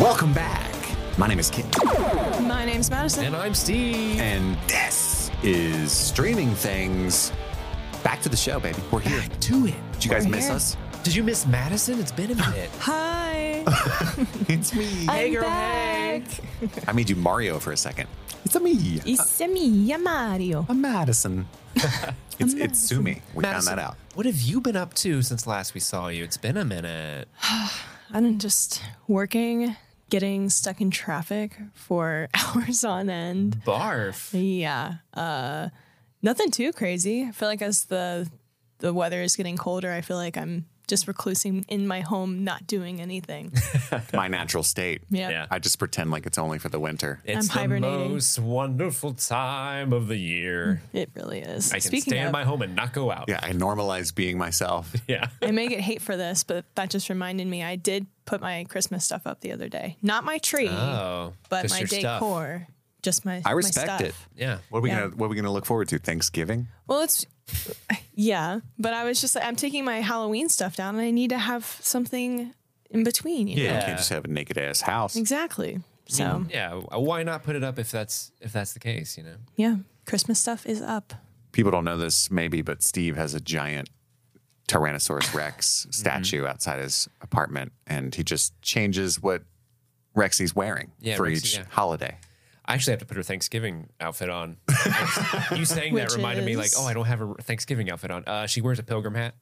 Welcome back. My name is Kim, My name's Madison. And I'm Steve. and this is Streaming Things. Back to the show, baby. We're here. to it. Did you guys We're miss here. us? Did you miss Madison? It's been a minute. Hi. It's me. I'm girl, hey. back. E- I made you Mario for a second. It's a me. It's me, yeah, Mario. I'm Madison. it's it's Sumi. We Madison, found that out. What have you been up to since last we saw you? It's been a minute. I'm just working, getting stuck in traffic for hours on end. Barf. Yeah. Uh, nothing too crazy. I feel like as the the weather is getting colder, I feel like I'm just reclusing in my home, not doing anything. My natural state. Yeah. Yeah. I just pretend like it's only for the winter. It's the hibernating. most wonderful time of the year. It really is. I can stay in of, my home and not go out. Yeah, I normalize being myself. Yeah. I may get hate for this, but that just reminded me I did put my Christmas stuff up the other day. Not my tree, Oh. but just my your stuff. decor. Just my I my respect stuff. it. Yeah. What are we Yeah. gonna What are we gonna look forward to? Thanksgiving. Well, it's yeah, but I was just like, I'm taking my Halloween stuff down, and I need to have something in between. You know? You can't just have a naked ass house. exactly. So Yeah. Why not put it up if that's if that's the case, you know? yeah, Christmas stuff is up. People don't know this maybe, but Steve has a giant Tyrannosaurus Mm-hmm. Rex statue outside his apartment, and he just changes what Rex he's wearing Yeah, for Rexy, each yeah. holiday. I actually have to put her Thanksgiving outfit on. I just- you saying that Which reminded me, like, is- oh, I don't have a Thanksgiving outfit on. Uh, she wears a pilgrim hat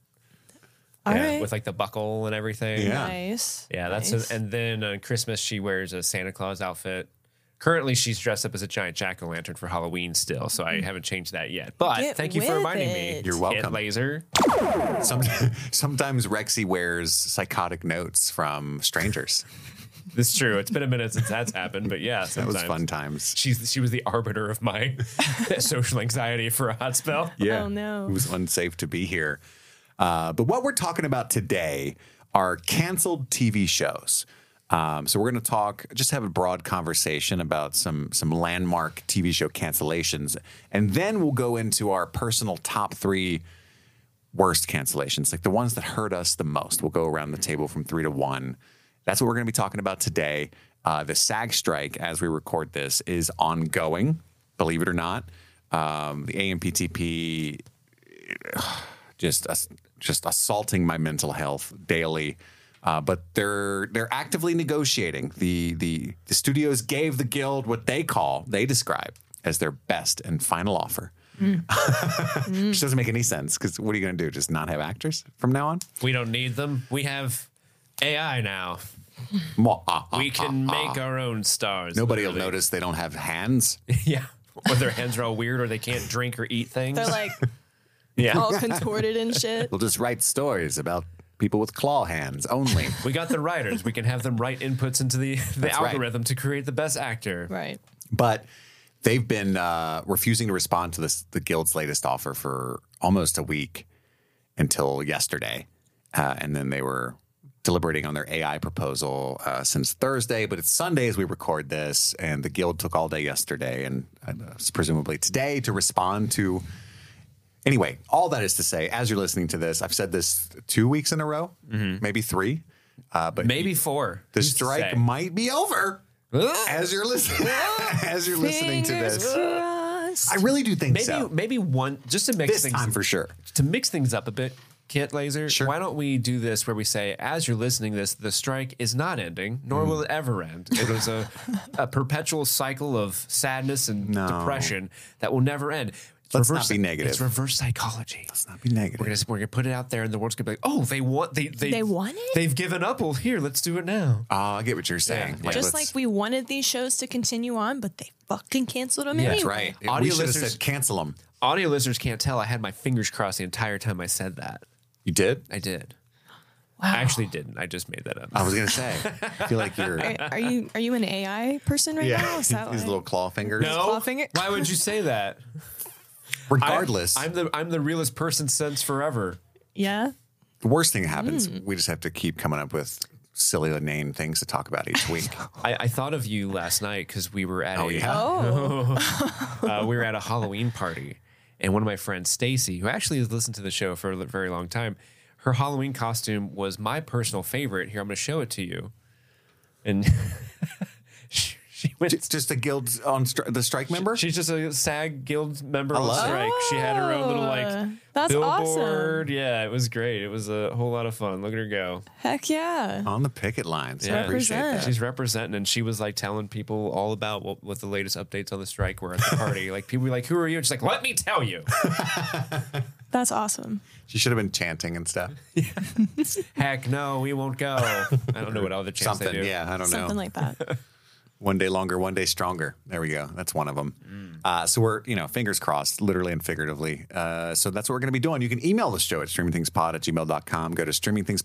All right, with like the buckle and everything. Yeah. nice. Yeah, that's nice. and then on Christmas she wears a Santa Claus outfit. Currently, she's dressed up as a giant jack o' lantern for Halloween still, so I haven't changed that yet. But Mm. Get thank you for with reminding me. it. You're welcome. Kid Laser. Some, sometimes Rexy wears psychotic notes from strangers. It's true. It's been a minute since that's happened, but yeah, That sometimes. was fun times. She's she was the arbiter of my social anxiety for a hot spell. Yeah. Oh, no. It was unsafe to be here. Uh, but what we're talking about today are canceled TV shows. Um, so we're going to talk, just have a broad conversation about some some landmark TV show cancellations, and then we'll go into our personal top three worst cancellations, like the ones that hurt us the most. We'll go around the table from three to one. That's what we're going to be talking about today. Uh, the SAG strike, as we record this, is ongoing, believe it or not. Um, the AMPTP just ass- just assaulting my mental health daily. Uh, but they're they're actively negotiating. The, the the studios gave the guild what they call they describe as their best and final offer, which doesn't make any sense because what are you going to do? Just not have actors from now on? We don't need them. We have AI now. Mwah, ah, ah, We can ah, ah. make our own stars. Nobody will literally. notice they don't have hands. Yeah. Or their hands are all weird, or they can't drink or eat things. They're like "Oh, yeah. all contorted and shit. They'll just write stories about people with claw hands only. We got the writers. We can have them write inputs into the, the That's right. algorithm to create the best actor. Right. but they've been uh, refusing to respond to this the guild's latest offer for almost a week until yesterday, uh, and then they were deliberating on their AI proposal uh, since Thursday. But it's Sunday as we record this, and the guild took all day yesterday and uh, presumably today to respond to. Anyway, all that is to say, as you're listening to this, I've said this two weeks in a row, maybe three. Uh, but Maybe four. the Who's to strike say? might be over as you're listening. as you're listening to Fingers this, crossed. I really do think maybe so. maybe one just to mix This things time for sure. to mix things up a bit. Kit Laser, why don't we do this where we say, as you're listening to this, the strike is not ending, Hmm. nor will it ever end. It was a, a perpetual cycle of sadness and depression that will never end. It's Let's not be negative. It's reverse psychology. Let's not be negative. We're gonna we're gonna put it out there, and the world's gonna be like, oh, they want they they They want it? They've given up. Well, here, let's do it now. oh, I get what you're saying. Yeah. Just like let's- we wanted these shows to continue on, but they fucking canceled them anyway. that's right. Audio we should have listeners- said cancel them. Audio listeners can't tell. I had my fingers crossed the entire time I said that. You did. I did. I actually didn't. I just made that up. I was gonna say. I feel like you're. Are, are you are you an AI person right now? Is These that why? little claw fingers. claw finger- Why would you say that? I- Regardless, I'm the I'm the realest person since forever. yeah. the worst thing that happens. We just have to keep coming up with silly inane things to talk about each week. I, I thought of you last night because we were at oh a yeah. Oh, uh, we were at a Halloween party, and one of my friends, Stacy, who actually has listened to the show for a li- very long time, her Halloween costume was my personal favorite. Here, I'm going to show it to you. And she, she went. J- Just a guild on stri- the strike member. She's just a SAG guild member on love it. strike. She had her own little like Oh, that's awesome. billboard. Yeah, it was great. It was a whole lot of fun. Look at her go. Heck yeah. on the picket lines. I Yeah. appreciate Represent. that. She's representing, and she was like telling people all about what, what the latest updates on the strike were at the party. like people were like, "Who are you?" And she's like, "Let me tell you." That's awesome. She should have been chanting and stuff. Heck no, we won't go. I don't know what other chants they Something. do. Yeah, Oh, I don't know. Something like that. one day longer, one day stronger. There we go. That's one of them. Mm. Uh, so we're, you know, fingers crossed, literally and figuratively. Uh, so that's what we're going to be doing. You can email the show at streamingthingspod at gmail.com. Go to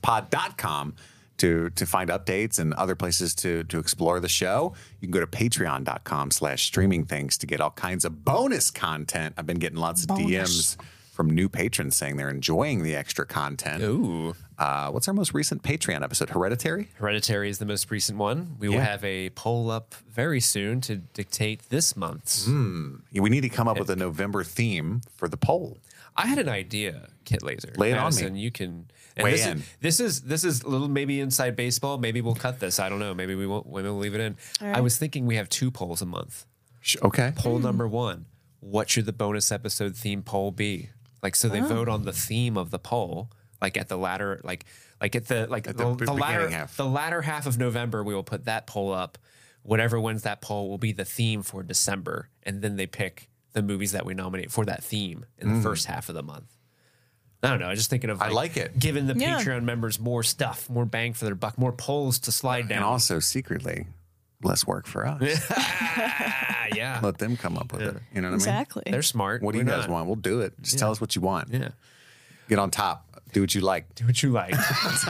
streamingthingspod.com to, to find updates and other places to, to explore the show. You can go to patreon.com slash streamingthings to get all kinds of bonus content. I've been getting lots of Bonus. DMs from new patrons saying they're enjoying the extra content. Ooh. Uh, what's our most recent Patreon episode? Hereditary? Hereditary is the most recent one. We will Yeah. have a poll up very soon to dictate this month's. We need to come up with a November theme for the poll. I had an idea, Kit Laser. Lay it on me. Madison, You can and Weigh this in. Is, this is this is a little maybe inside baseball. Maybe we'll cut this. I don't know. Maybe we won't. Maybe we'll leave it in. I was thinking we have two polls a month. Sh- Okay. Poll number one: What should the bonus episode theme poll be? Like, so they vote on the theme of the poll. Like at the latter, like like at the like the the, b- the latter beginning half. the latter half of November, we will put that poll up. Whatever wins that poll will be the theme for December, and then they pick the movies that we nominate for that theme in the first half of the month. I don't know. I'm just thinking of Hmm. I like it. giving the Yeah. Patreon members more stuff, more bang for their buck, more polls to slide And down. also secretly, less work for us. Ah, yeah, Let them come up with it. You know what Exactly. they're I smart. mean? What do you We're guys not. want? We'll do it. Just tell us what you want. Yeah, Get on top. Do what you like. do what you like.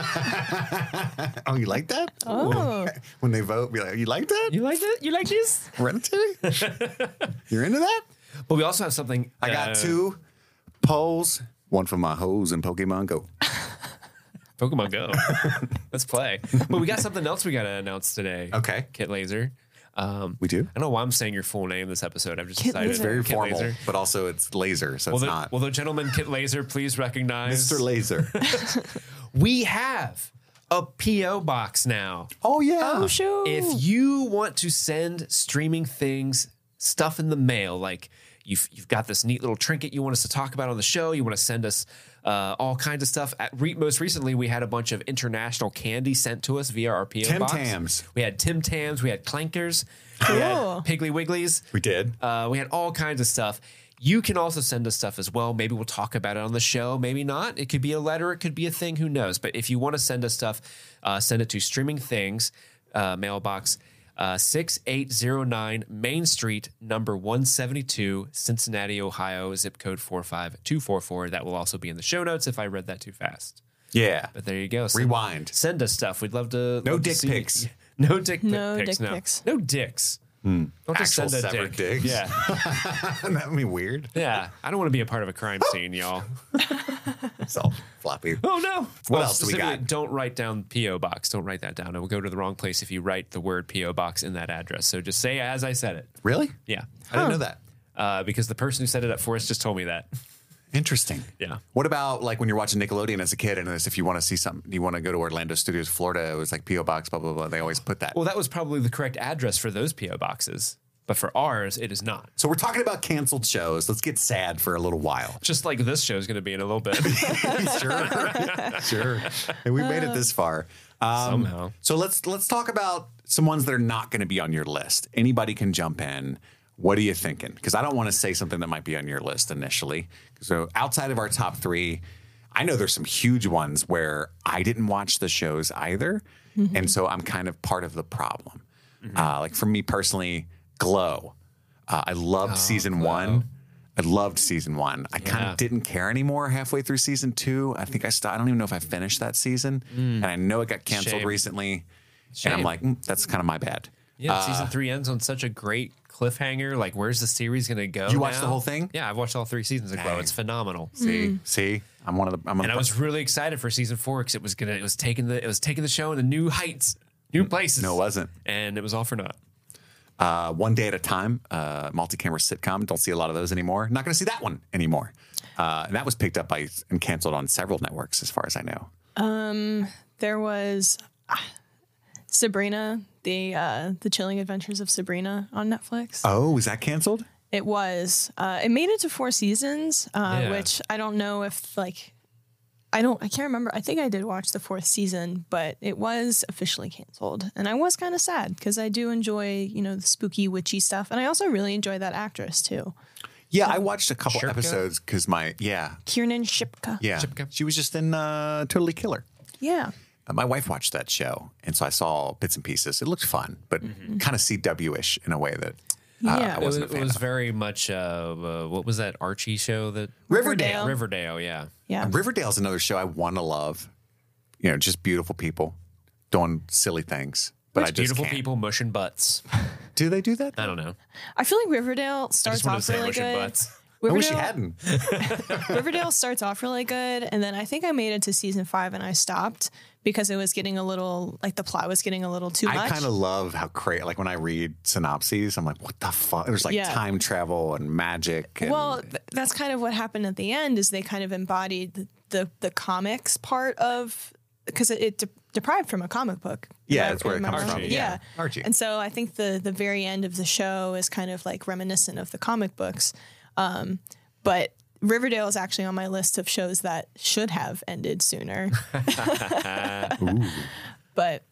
Oh, you like that? oh, When they vote, be like, you like that? You like that? You like this? Hereditary? You're into that? But we also have something. I got uh, two polls. One for my hoes and Pokemon Go. Pokemon Go. Let's play. But we got something else we got to announce today. Okay. Kit Laser. Um, We do. I don't know why I'm saying your full name this episode. I've just Kit decided. Laser. Very Kit formal, Laser. but also it's laser, so Will it's the, not. will the gentleman Kit Laser please recognize? Mr. Laser. we have a PO box now. oh, yeah. oh shoot. If you want to send streaming things stuff in the mail, like you've you've got this neat little trinket you want us to talk about on the show, you want to send us uh, all kinds of stuff. At re- most recently, we had a bunch of international candy sent to us via our PO Tim box. Tams. We had Tim Tams. We had Clankers. We had Cool. Piggly Wigglies. We did. Uh, we had all kinds of stuff. You can also send us stuff as well. Maybe we'll talk about it on the show. Maybe not. It could be a letter. It could be a thing. Who knows? But if you want to send us stuff, uh, send it to Streaming Things uh, mailbox uh, 6809 Main Street, number 172, Cincinnati, Ohio, zip code 45244. That will also be in the show notes if I read that too fast. yeah. But there you go. Send- Rewind. Send us stuff. We'd love to. No love to dick see- pics. Hmm. No dick pic- No pics. dick no. pics. No dicks. Don't just Actual send a severed dick. dicks. Yeah. that would be weird. Yeah, I don't want to be a part of a crime Oh. scene, y'all. It's all floppy. Oh no! What else do we got? Don't write down PO box. Don't write that down. It will go to the wrong place if you write the word PO box in that address. So just say as I said it. Really? Yeah, I didn't know that. uh, because the person who set it up for us just told me that. Interesting. Yeah. What about like when you're watching Nickelodeon as a kid and this, if you want to see something, you want to go to Orlando Studios, Florida, it was like P.O. Box, blah, blah, blah. They always put that. Well, that was probably the correct address for those PO boxes, but for ours, it is not. so we're talking about canceled shows. Let's get sad for a little while. Just like this show is going to be in a little bit. sure. sure. And we made it this far. Um, Somehow. So let's let's talk about some ones that are not going to be on your list. Anybody can jump in. What are you thinking? Because I don't want to say something that might be on your list initially. So outside of our top three, I know there's some huge ones where I didn't watch the shows either, and so I'm kind of part of the problem. Uh, like for me personally, Glow. Uh, I loved season one. I loved season one. I kind of Yeah. didn't care anymore halfway through season two. I think I stopped. I don't even know if I finished that season, and I know it got canceled Shame. recently. And I'm Shame. like, "Mm, that's kind of my bad. yeah, season three ends on such a great cliffhanger. Like, where's the series going to go? You watched the now? whole thing? Yeah, I've watched all three seasons of Glow. Dang. It's phenomenal. See, see, I'm one of the. I'm on and the I was really excited for season four because it was gonna it was taking the it was taking the show to new heights, new places. Mm. no, it wasn't. and it was all for naught. Uh, one day at a time, uh, multi-camera sitcom. Don't see a lot of those anymore. Not going to see that one anymore. Uh, and that was picked up by and canceled on several networks, as far as I know. there was ah, Sabrina, the uh, the Chilling Adventures of Sabrina on Netflix. Oh, was that canceled? It was. Uh, it made it to four seasons, uh, Yeah. which I don't know if like. I don't. I can't remember. I think I did watch the fourth season, but it was officially canceled, and I was kind of sad because I do enjoy, you know, the spooky witchy stuff, and I also really enjoy that actress too, Yeah, I watched a couple Shirka? episodes because my yeah Kiernan Shipka. yeah Shipka. she was just in uh, Totally Killer. yeah. Uh, My wife watched that show, and so I saw bits and pieces. It looked fun, but Mm-hmm. kind of CW ish in a way that uh, Yeah. I It It was, wasn't a it fan was of. very much uh, uh, what was that Archie show that Riverdale. Riverdale, yeah. Yeah. And Riverdale's another show I want to love. You know, just beautiful people doing silly things. But I just Beautiful can't. people mushing butts. Do they do that? I don't know. I feel like Riverdale starts wanted to off say really mushing good. butts. I wish you Riverdale- hadn't. Riverdale starts off really good, and then I think I made it to season five and I stopped because it was getting a little like the plot was getting a little too I much. kind of love how crazy. Like when I read synopses, I'm like, what the fuck? There's like Yeah. time travel and magic. And, well, th- that's kind of what happened at the end is they kind of embodied the the, the comics part of because it, it de- deprived from a comic book. Yeah, Am I- that's where it am I comes wrong? from. Yeah. Yeah. Archie. And so I think the the very end of the show is kind of like reminiscent of the comic books, um, but. Riverdale is actually on my list of shows that should have ended sooner. but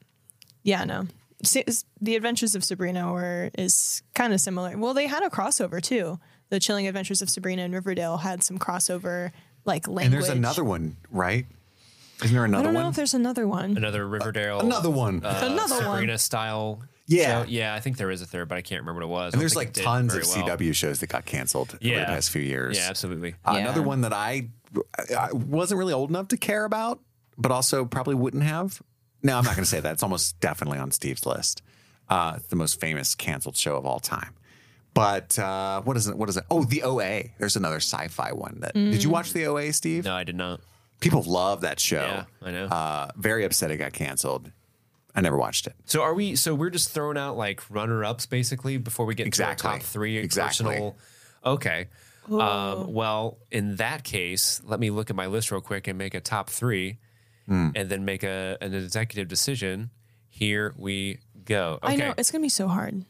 yeah, no. Si- s- The Adventures of Sabrina were is kind of similar. Well, they had a crossover too. The Chilling Adventures of Sabrina and Riverdale had some crossover like language. and there's another one, right? Isn't there I another don't know one? if there's another one. Another Riverdale. Uh, another one. uh, Another one. Sabrina style. Yeah. show. Yeah, I think there is a third, but I can't remember what it was. I and don't there's think like it did tons of very well. CW shows that got canceled over Yeah. the past few years. Yeah, absolutely. Uh, Yeah. Another one that I, I wasn't really old enough to care about, but also probably wouldn't have. No, I'm not going to say that. It's almost definitely on Steve's list. Uh, it's the most famous canceled show of all time. But uh, what is it? What is it? Oh, the OA. There's another sci-fi one that. Did you watch the OA, Steve? Mm. No, I did not. People love that show. Yeah, I know. Uh, very upset it got canceled. I never watched it. So are we? So we're just throwing out like runner ups basically before we get to Exactly. our top three Exactly. personal. Okay. Oh. Um, well, in that case, let me look at my list real quick and make a top three, Hmm. and then make a an executive decision. Here we go. Okay. I know it's gonna be so hard.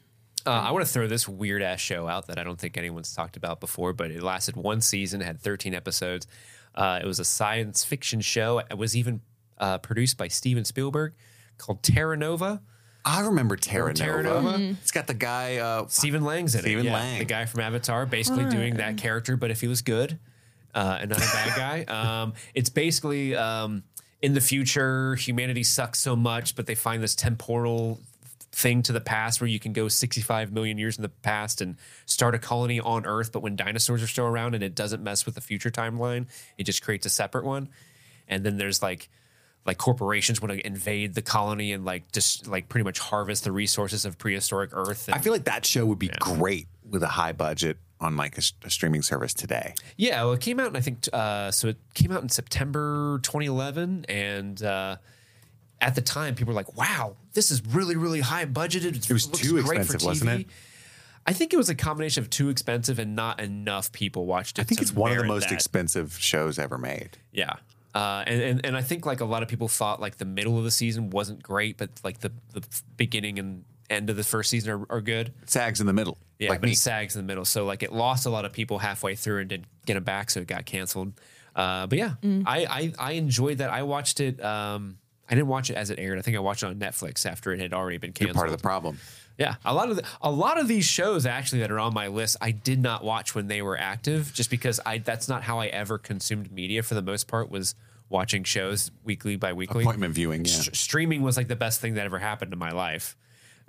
Uh, I want to throw this weird ass show out that I don't think anyone's talked about before, but it lasted one season, had 13 episodes. Uh, it was a science fiction show. It was even uh, produced by Steven Spielberg called Terra Nova. I remember Terra, Terra Nova. Nova? It's got the guy. Uh, Stephen Lang's in Stephen it. yeah. Lang. the guy from Avatar, basically doing that character, but if he was good uh, and not a bad guy. Um, it's basically um, in the future, humanity sucks so much, but they find this temporal thing to the past where you can go 65 million years in the past and start a colony on Earth, but when dinosaurs are still around and it doesn't mess with the future timeline, it just creates a separate one. And then there's like like corporations want to invade the colony and like just like pretty much harvest the resources of prehistoric Earth. And I feel like that show would be great with a high budget on like a, s- a streaming service today. Yeah, well, it came out, and I think t- uh, so. It came out in September 2011, and uh, at the time, people were like, "Wow, this is really, really high budgeted." It was too expensive, wasn't it? I think it was a combination of too expensive and not enough people watched it. I think to it's one of the merit most that. expensive shows ever made. Yeah. Uh, and, and and I think like a lot of people thought like the middle of the season wasn't great, but like the the beginning and end of the first season are, are good. It sags in the middle. Yeah, like but me. it sags in the middle. So like it lost a lot of people halfway through and didn't get them back, so it got canceled. Uh, but yeah, Mm. I, I I enjoyed that. I watched it. Um, I didn't watch it as it aired. I think I watched it on Netflix after it had already been canceled. Part of the problem. yeah, a lot of the, a lot of these shows actually that are on my list, I did not watch when they were active, just because I that's not how I ever consumed media for the most part was watching shows weekly by weekly Appointment viewing. Yeah. st- streaming was like the best thing that ever happened in my life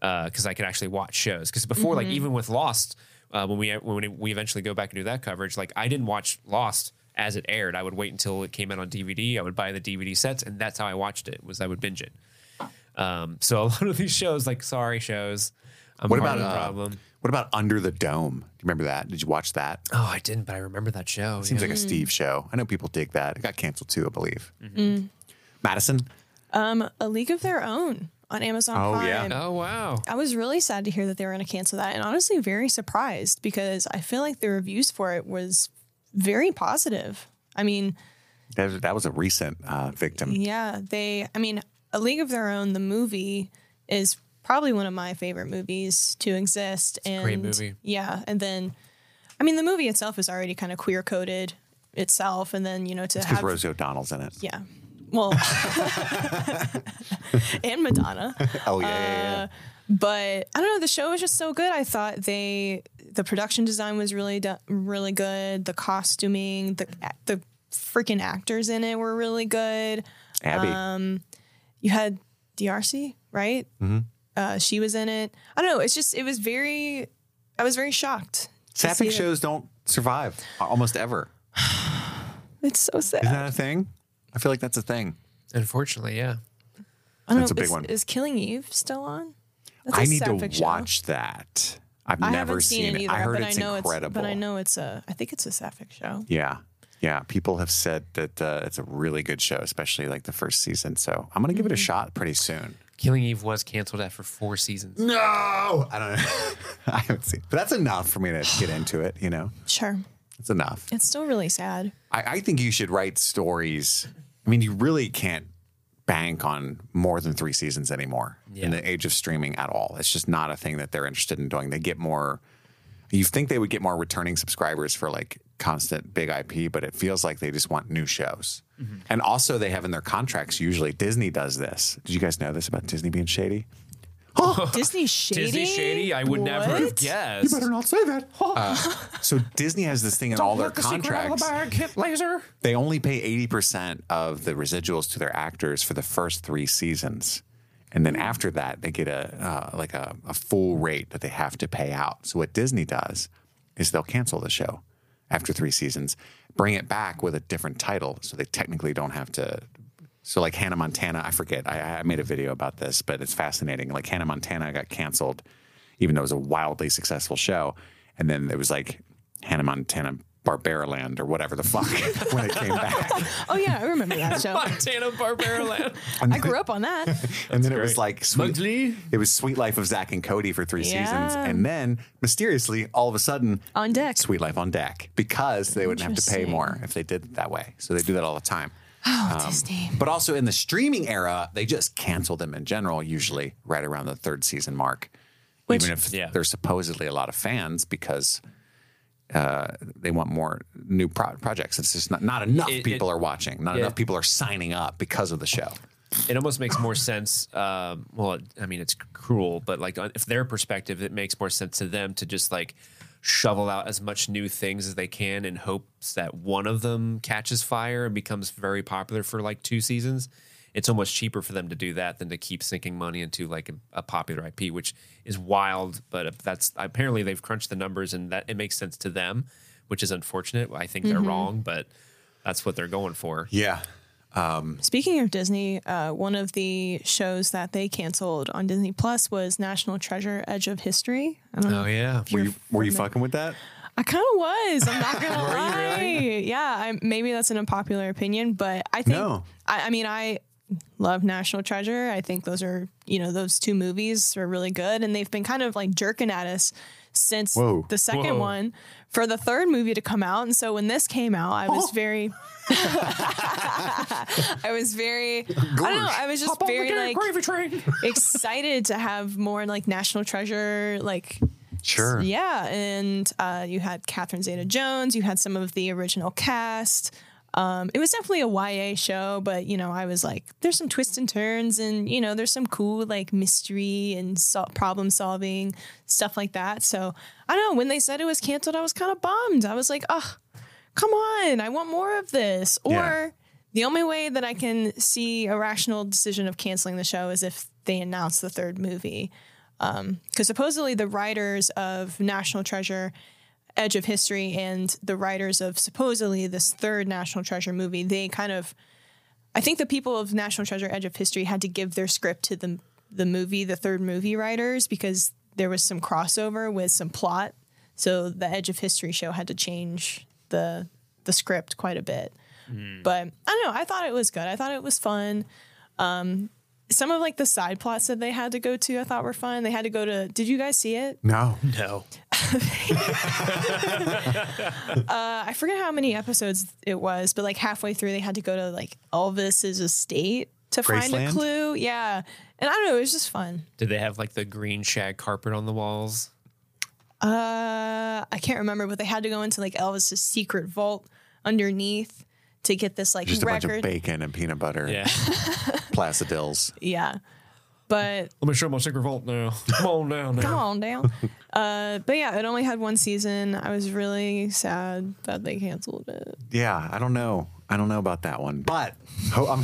because I could actually watch shows. Because before, Mm-hmm. like even with Lost, uh, when we when we eventually go back and do that coverage, like I didn't watch Lost as it aired. I would wait until it came out on DVD. I would buy the DVD sets, and that's how I watched it. Was I would binge it. Um, so a lot of these shows, like sorry shows, I'm What about part of the uh, problem? What about Under the Dome? Do you remember that? Did you watch that? Oh, I didn't, but I remember that show. Seems yeah. like a Steve show. I know people dig that. It got canceled too, I believe. Mm-hmm. Madison. A League of Their Own on Amazon Oh, yeah. Prime. oh wow, I was really sad to hear that they were going to cancel that, and honestly, very surprised because I feel like the reviews for it was very positive. I mean, That was, that was a recent uh, victim. Yeah, they. I mean, A League of Their Own, the movie is probably one of my favorite movies to exist. and great movie. Yeah, and then, I mean, the movie itself is already kind of queer coded itself, and then you know to because have Rosie O'Donnell's in it. yeah, well, and Madonna. Oh yeah, yeah, yeah. Uh, but I don't know. The show was just so good. I thought they, the production design was really, do- really good. The costuming, the the freaking actors in it were really good. Abby. You had DRC, right? Mm-hmm. Uh, she was in it. I don't know. It's just it was very. I was very shocked. to see Sapphic it. shows don't survive almost ever. It's so sad. Is that a thing? I feel like that's a thing. Unfortunately, yeah. I don't That's know, a big is, one. Is Killing Eve still on? That's a I need sapphic to show. watch that. I've I never haven't seen, seen it it. either, I heard but it's I know incredible. it's. But I know it's a. I think it's a sapphic show. Yeah. Yeah. People have said that uh, it's a really good show, especially like the first season. So I'm going to give it a Mm-hmm. shot pretty soon. Killing Eve was canceled after four seasons. No, I don't know. I haven't seen, but that's enough for me to get into it. You know, Sure. it's enough. It's still really sad. I, I think you should write stories. I mean, you really can't bank on more than three seasons anymore in the age of streaming at all. It's just not a thing that they're interested in doing. They get more. You think they would get more returning subscribers for like constant big IP, but it feels like they just want new shows. And also, they have in their contracts usually Disney does this. Did you guys know this about Disney being shady? Disney Shady. Disney Shady, I would never What? have guessed. not say that. Uh, so Disney has this thing in all their contracts. hit laser. they only pay 80% of the residuals to their actors for the first three seasons and then after that they get a uh, like a, a full rate that they have to pay out so what disney does is they'll cancel the show after three seasons bring it back with a different title so they technically don't have to so like hannah montana i forget i, I made a video about this but it's fascinating like hannah montana got canceled even though it was a wildly successful show and then it was like hannah montana barbara land or whatever the fuck when it came back Oh yeah, I remember that show. Montana Barbara Land. I grew up on that. and then it was like sweet, Mugsley? it was Sweet Life of Zach and Cody for three seasons, Yeah. and then mysteriously, all of a sudden, On deck. Sweet Life on deck because they wouldn't have to pay Interesting. more if they did it that way. So they do that all the time. Oh, Um, Disney. But also in the streaming era, they just cancel them in general, usually right around the third season mark, Which- even if Yeah. there's supposedly a lot of fans because. Uh, they want more new pro- projects. It's just not, not enough It- it- people are watching. Not yeah. enough people are signing up because of the show. It almost makes more sense. Um, well, it- I mean, it's cruel, but like on, if their perspective, it makes more sense to them to just like shovel out as much new things as they can in hopes that one of them catches fire and becomes very popular for like two seasons. It's almost cheaper for them to do that than to keep sinking money into like a, a popular IP, which is wild. But that's apparently they've crunched the numbers and that it makes sense to them, which is unfortunate. I think they're wrong, but that's what they're going for. Yeah. Speaking of Disney, uh, one of the shows that they canceled on Disney Plus was National Treasure: Edge of History. I don't know. yeah. Were you, were you fucking with that? I kind of was. I'm not gonna lie. Yeah, I, maybe that's an unpopular opinion, but I think. No. I, I mean, I love National Treasure. I think those are you know those two movies are really good, and they've been kind of like jerking at us since Whoa. the second Whoa. one for the third movie to come out. And so when this came out, I Oh. was very. I was very. I don't know. I was just very like train. excited to have more like National Treasure like Sure. yeah, and uh, you had Catherine Zeta-Jones. You had some of the original cast. Um, it was definitely a YA show, but you know, I was like, there's some twists and turns, and you know, there's some cool like mystery and sol- problem solving stuff like that. So I don't know. When they said it was canceled, I was kind of bummed. I was like, oh, come on, I want more of this. Or Yeah. the only way that I can see a rational decision of canceling the show is if they announce the third movie because supposedly the writers of National Treasure, Edge of History, and the writers of supposedly this third National Treasure movie, they kind of, I think the people of National Treasure, Edge of History had to give their script to the the movie, the third movie writers, because there was some crossover with some plot. So the Edge of History show had to change the the script quite a bit. But I don't know. I thought it was good. I thought it was fun some of like the side plots that they had to go to I thought were fun. They had to go to did you guys see it? No. No. I forget how many episodes it was, but like halfway through they had to go to like Elvis's estate to find Graceland? a clue. Yeah. And I don't know, it was just fun. Did they have like the green shag carpet on the walls? Uh, I can't remember, but they had to go into like Elvis's secret vault underneath to get this like Just a bunch of record. bacon and peanut butter, Yeah. placidils. yeah. But Let me show my secret vault now. Come on now. come on down. uh, but yeah, it only had one season. I was really sad that they canceled it. Yeah, I don't know. I don't know about that one, but ho- I'm,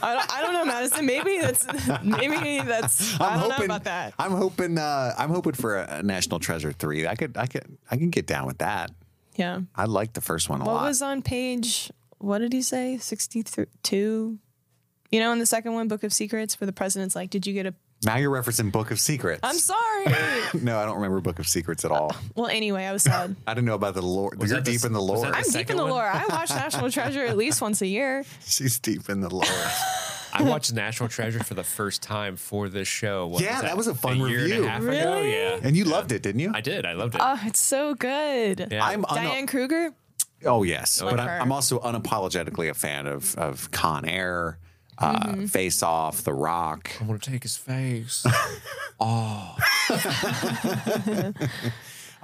I don't, I don't know, Madison. Maybe that's maybe that's I I'm don't know hoping about that. I'm hoping uh, I'm hoping for a, a National Treasure three. I could I could I can get down with that. Yeah. I like the first one a What lot. was on page? What did he say? Sixty-two. You know, in the second one, Book of Secrets, where the president's like, "Did you get a?" now you're referencing Book of Secrets. I'm Oh. sorry. no, I don't remember Book of Secrets at all. well, anyway, I was sad. I didn't know about the lore. You're that the- deep in the was lore. that I'm deep in second the one? lore. I watch National Treasure at least once a year. She's deep in the lore. I watched National Treasure for the first time for this show. What Yeah, that was a fun year and a review. half Ago? Really? Yeah. and you loved it, didn't you? I did. I loved it. Oh, it's so good. Yeah. I'm uno- Diane Kruger. Oh yes, but her. I'm, I'm also unapologetically a fan of of Con Air, uh, Mm-hmm. Face Off, The Rock. I'm gonna take his face.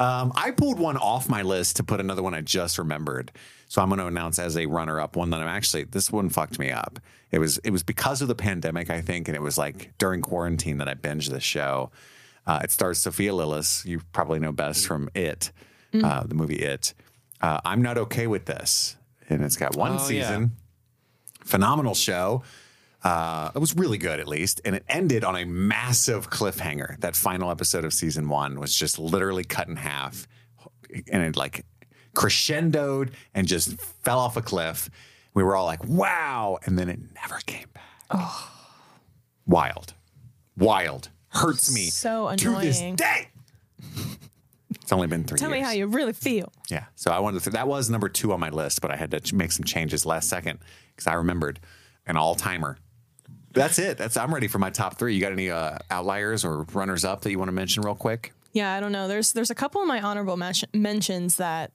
Um, I pulled one off my list to put another one I just remembered. So I'm going to announce as a runner up one that I'm actually this one fucked me up. It was it was because of the pandemic I think, and it was like during quarantine that I binged this show. Uh, it stars Sophia Lillis. You probably know best from It, Mm. uh, the movie It. Uh, I'm not okay with this, and it's got one Oh, yeah. season. Phenomenal show. Uh, it was really good, at least. And it ended on a massive cliffhanger. That final episode of season one was just literally cut in half and it like crescendoed and just fell off a cliff. We were all like, wow. And then it never came back. Wild. Wild. Hurts me So to this annoying. day. It's only been three Tell years. me how you really feel. Yeah. So I wanted to, that was number two on my list, but I had to ch- make some changes last second because I remembered an all timer. That's it. That's I'm ready for my top three. You got any uh, outliers or runners up that you want to mention real quick? Yeah, I don't know. There's there's a couple of my honorable mes- mentions that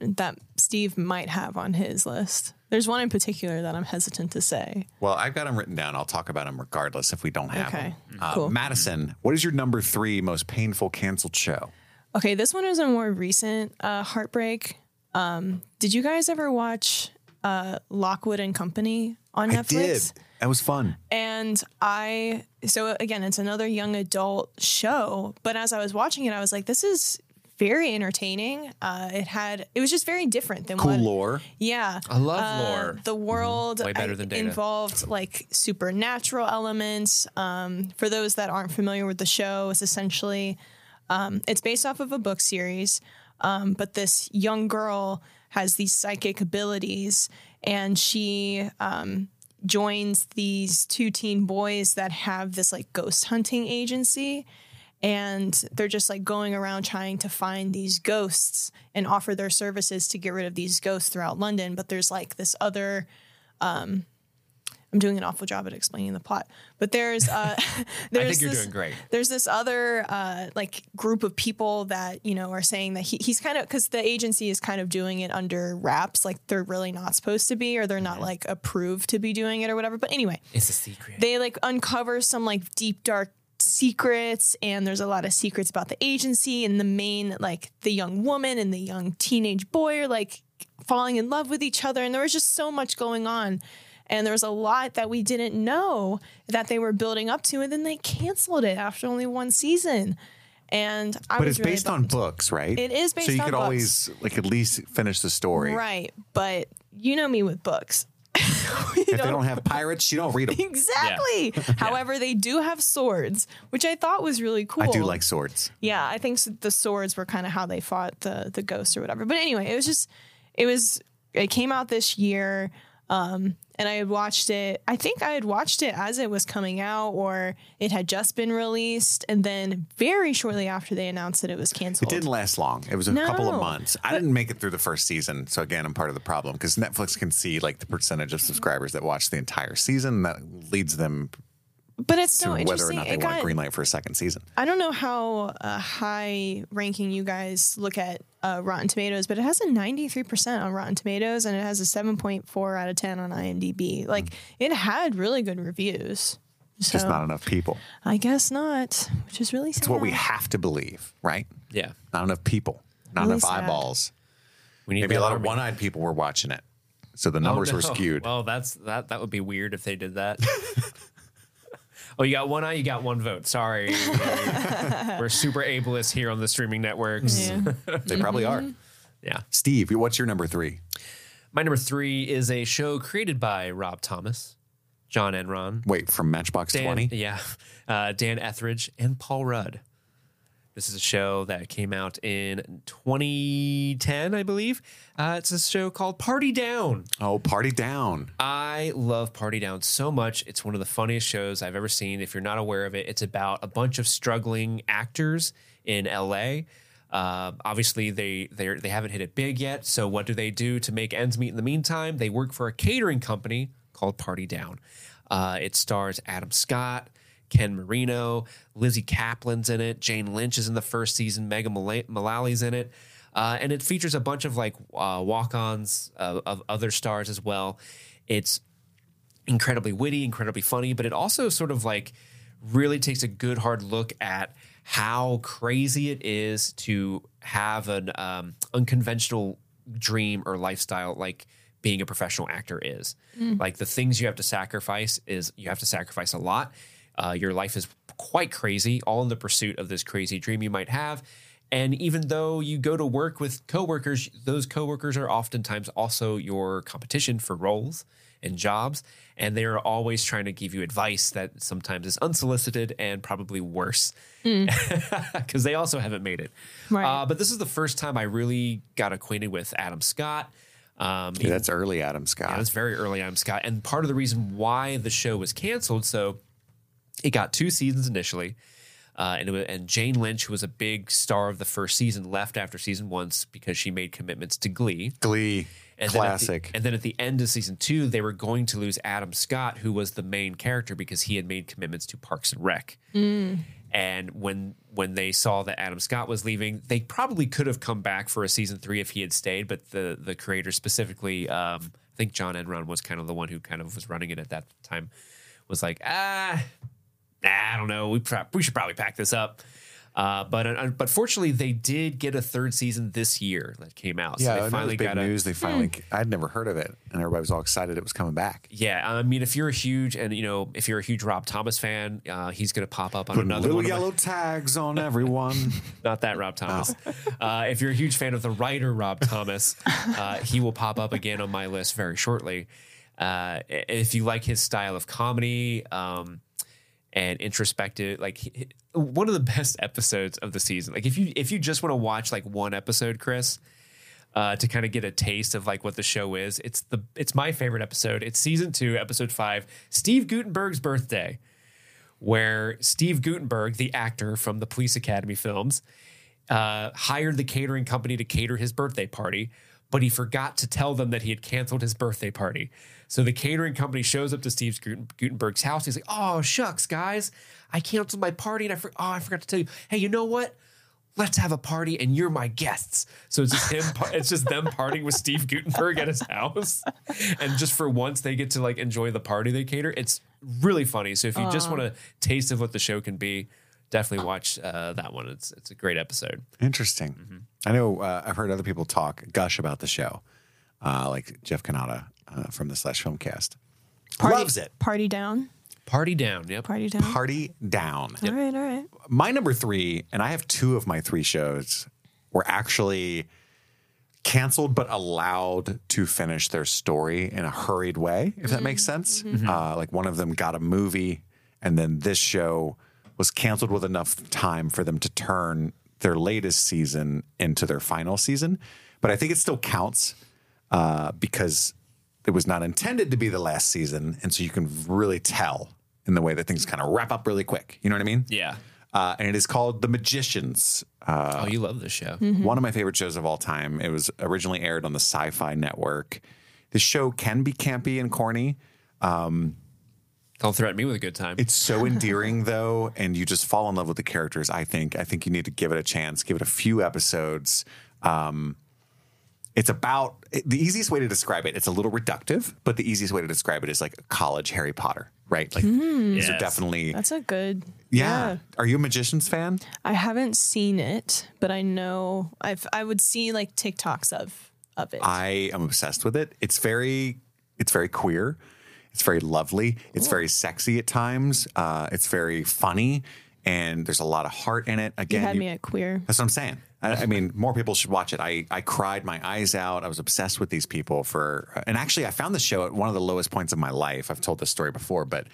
that Steve might have on his list. There's one in particular that I'm hesitant to say. Well, I've got them written down. I'll talk about them regardless if we don't have Okay. 'em. Uh, Cool. Madison, what is your number three most painful canceled show? Okay, this one is a more recent uh, heartbreak. Um, did you guys ever watch uh, Lockwood and Company on I Netflix? did. That was fun. And I, so again, it's another young adult show. But as I was watching it, I was like, this is very entertaining. Uh, it had, it was just very different than Cool what. lore. Yeah. I love lore. Mm-hmm. The world Way better I- than data. involved like supernatural elements. Um, for those that aren't familiar with the show, it's essentially um, it's based off of a book series, um, but this young girl has these psychic abilities, and she um, joins these two teen boys that have this like ghost hunting agency and they're just like going around trying to find these ghosts and offer their services to get rid of these ghosts throughout London. But there's like this other. Um, I'm doing an awful job at explaining the plot, but there's uh, there's think you're this, doing great. There's this other uh, like group of people that you know are saying that he, he's kind of because the agency is kind of doing it under wraps, like they're really not supposed to be, or they're Mm-hmm. not like approved to be doing it or whatever. But anyway, It's a secret. they like uncover some like deep dark secrets and there's a lot of secrets about the agency and the main like the young woman and the young teenage boy are like falling in love with each other and there was just so much going on and there was a lot that we didn't know that they were building up to and then they canceled it after only one season and I But was it's really based bummed. on books, right? It is based So you on could books. always like at least finish the story. right but you know me with books We If they don't have pirates, you don't read them. Exactly. However, they do have swords, which I thought was really cool. I do like swords. Yeah, I think s- the swords were kind of how they fought the the ghosts or whatever. But anyway, it was just it was it came out this year. Um, and I had watched it. I think I had watched it as it was coming out, or it had just been released. And then very shortly after, they announced that it was canceled. Didn't last long. It was a No. couple of months. I didn't make it through the first season, so again, I'm part of the problem because Netflix can see like the percentage of subscribers that watch the entire season. That leads them but it's to so whether or interesting. not they It want got a green light for a second season. I don't know how uh, high ranking you guys look at uh, Rotten Tomatoes, but it has a 93% on Rotten Tomatoes and it has a 7.4 out of 10 on IMDb. Like it had really good reviews. Hmm. It's just So- not enough people. I guess not, which is really sad. It's what we have to believe, right? Yeah. Not enough people, not Really enough sad. eyeballs. We need Maybe a the lot of army. one eyed people were watching it. So the numbers Oh, were no. skewed. Well, that's that. That would be weird if they did that. oh, you got one eye, you got one vote. Sorry, we're super ableist here on the streaming networks. Yeah. Yeah. they probably are. mm-hmm. Steve, what's your number three? my number three is a show created by Rob Thomas, John Enron, Wait, from Matchbox Dan, 20? yeah, uh, Dan Etheridge, and Paul Rudd. This is a show that came out in 2010, I believe. Uh, it's a show called Party Down. Oh, Party Down. I love Party Down so much. It's one of the funniest shows I've ever seen. If you're not aware of it, it's about a bunch of struggling actors in LA. Uh, obviously, they they they haven't hit it big yet. So what do they do to make ends meet in the meantime? They work for a catering company called Party Down. Uh, it stars Adam Scott. Ken Marino, Lizzie Kaplan's in it, Jane Lynch is in the first season, Megan Mulla- Mullally's in it, uh, and it features a bunch of like uh, walk-ons of, of other stars as well. It's incredibly witty, incredibly funny, but it also sort of like really takes a good hard look at how crazy it is to have an um, unconventional dream or lifestyle like being a professional actor is. Like the things you have to sacrifice is you have to sacrifice a lot. Uh, your life is quite crazy, all in the pursuit of this crazy dream you might have. And even though you go to work with coworkers, those coworkers are oftentimes also your competition for roles and jobs. And they are always trying to give you advice that sometimes is unsolicited and probably worse because they also haven't made it. Right. Uh, but this is the first time I really got acquainted with Adam Scott. Um, Yeah, that's early Adam yeah, Scott. that's very early on, Scott. And part of the reason why the show was canceled, so it got two seasons initially. Uh, and, it wa- and Jane Lynch, who was a big star of the first season, left after season one s- because she made commitments to Glee. Glee. And then at the- Classic. and then at the end of season two, they were going to lose Adam Scott, who was the main character because he had made commitments to Parks and Rec. And when when they saw that Adam Scott was leaving, they probably could have come back for a season three if he had stayed. But the the creator specifically, um, I think John Enron was kind of the one who kind of was running it at that time, was like, ah, nah, I don't know. We pro- we should probably pack this up. Uh, but uh, but fortunately, they did get a third season this year that came out. yeah, so I know they it finally was big got a, news. They finally, I'd never heard of it, and everybody was all excited it was coming back. Yeah, I mean, if you're a huge and you know, if you're a huge Rob Thomas fan, uh, he's going to pop up on Putting another little one. of my- yellow tags on everyone. not that Rob Thomas. Uh, if you're a huge fan of the writer Rob Thomas, uh, he will pop up again on my list very shortly. Uh, i- if you like his style of comedy um, and introspective, like he- he- one of the best episodes of the season. Like if you if you just want to watch like one episode, Chris, uh, to kind of get a taste of like what the show is. It's the it's my favorite episode. It's season two, episode five, Steve Gutenberg's birthday, where Steve Gutenberg, the actor from the Police Academy films, uh, hired the catering company to cater his birthday party. But he forgot to tell them that he had canceled his birthday party. So the catering company shows up to Steve Guten- Gutenberg's house. He's like, "Oh shucks, guys, I canceled my party, and I for- oh I forgot to tell you. Hey, you know what? let's have a party and you're my guests. So it's just him, it's just them partying with Steve Gutenberg at his house. And just for once, they get to like enjoy the party they cater. It's really funny. So if you just want a taste of what the show can be, definitely watch uh, that one. It's, it's a great episode. Interesting. Mm-hmm. I know uh, I've heard other people talk gush about the show, uh, like Jeff Canada uh, from the Slash Filmcast. Party, Loves it. Party down. Party down. Yep. Party down. Party down. all right, all right. My number three, and I have two of my three shows, were actually canceled but allowed to finish their story in a hurried way, if that makes sense. Uh, like one of them got a movie, and then this show was canceled with enough time for them to turn their latest season into their final season. But I think it still counts uh, because it was not intended to be the last season. And so you can really tell in the way that things kind of wrap up really quick. You know what I mean? Yeah. uh, and it is called The Magicians. oh, you love this show. One of my favorite shows of all time. It was originally aired on the Sci Fi Network. This show can be campy and corny. Don't threaten me with a good time. It's so endearing, though, and you just fall in love with the characters. I think. I think you need to give it a chance, give it a few episodes. Um, It's about the easiest way to describe it. It's a little reductive, but the easiest way to describe it is like college Harry Potter, right? Like these are Yes. definitely That's a good. yeah. Are you a magicians fan? I haven't seen it, but I know I've I would see like TikToks of of it. I am obsessed with it. It's very, it's very queer. It's very lovely. It's very sexy at times. Uh, it's very funny, and there's a lot of heart in it. you Again, had you- me at queer. that's what I'm saying. I, I mean, more people should watch it. I, I cried my eyes out. I was obsessed with these people for, and actually, I found the show at one of the lowest points of my life. I've told this story before, but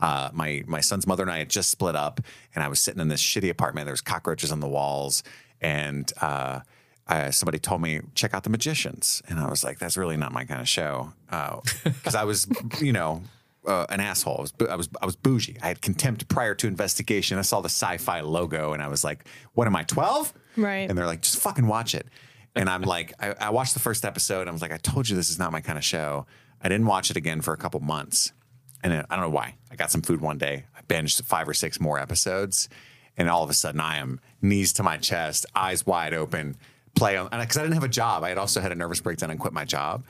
uh, my my son's mother and I had just split up, and I was sitting in this shitty apartment. There was cockroaches on the walls, and uh, I, somebody told me check out The Magicians, and I was like, that's really not my kind of show, because I was, you know. Uh, an asshole. I was, I was I was bougie. I had contempt prior to investigation. I saw the sci-fi logo and I was like, "What am I, twelve? Right. And they're like, just fucking watch it. And I'm like, I, I watched the first episode. And I was like, I told you this is not my kind of show. I didn't watch it again for a couple months. And then, I don't know why. I got some food one day. I binged five or six more episodes. And all of a sudden, I am knees to my chest, eyes wide open, play on. Because I didn't have a job. I had also had a nervous breakdown and quit my job.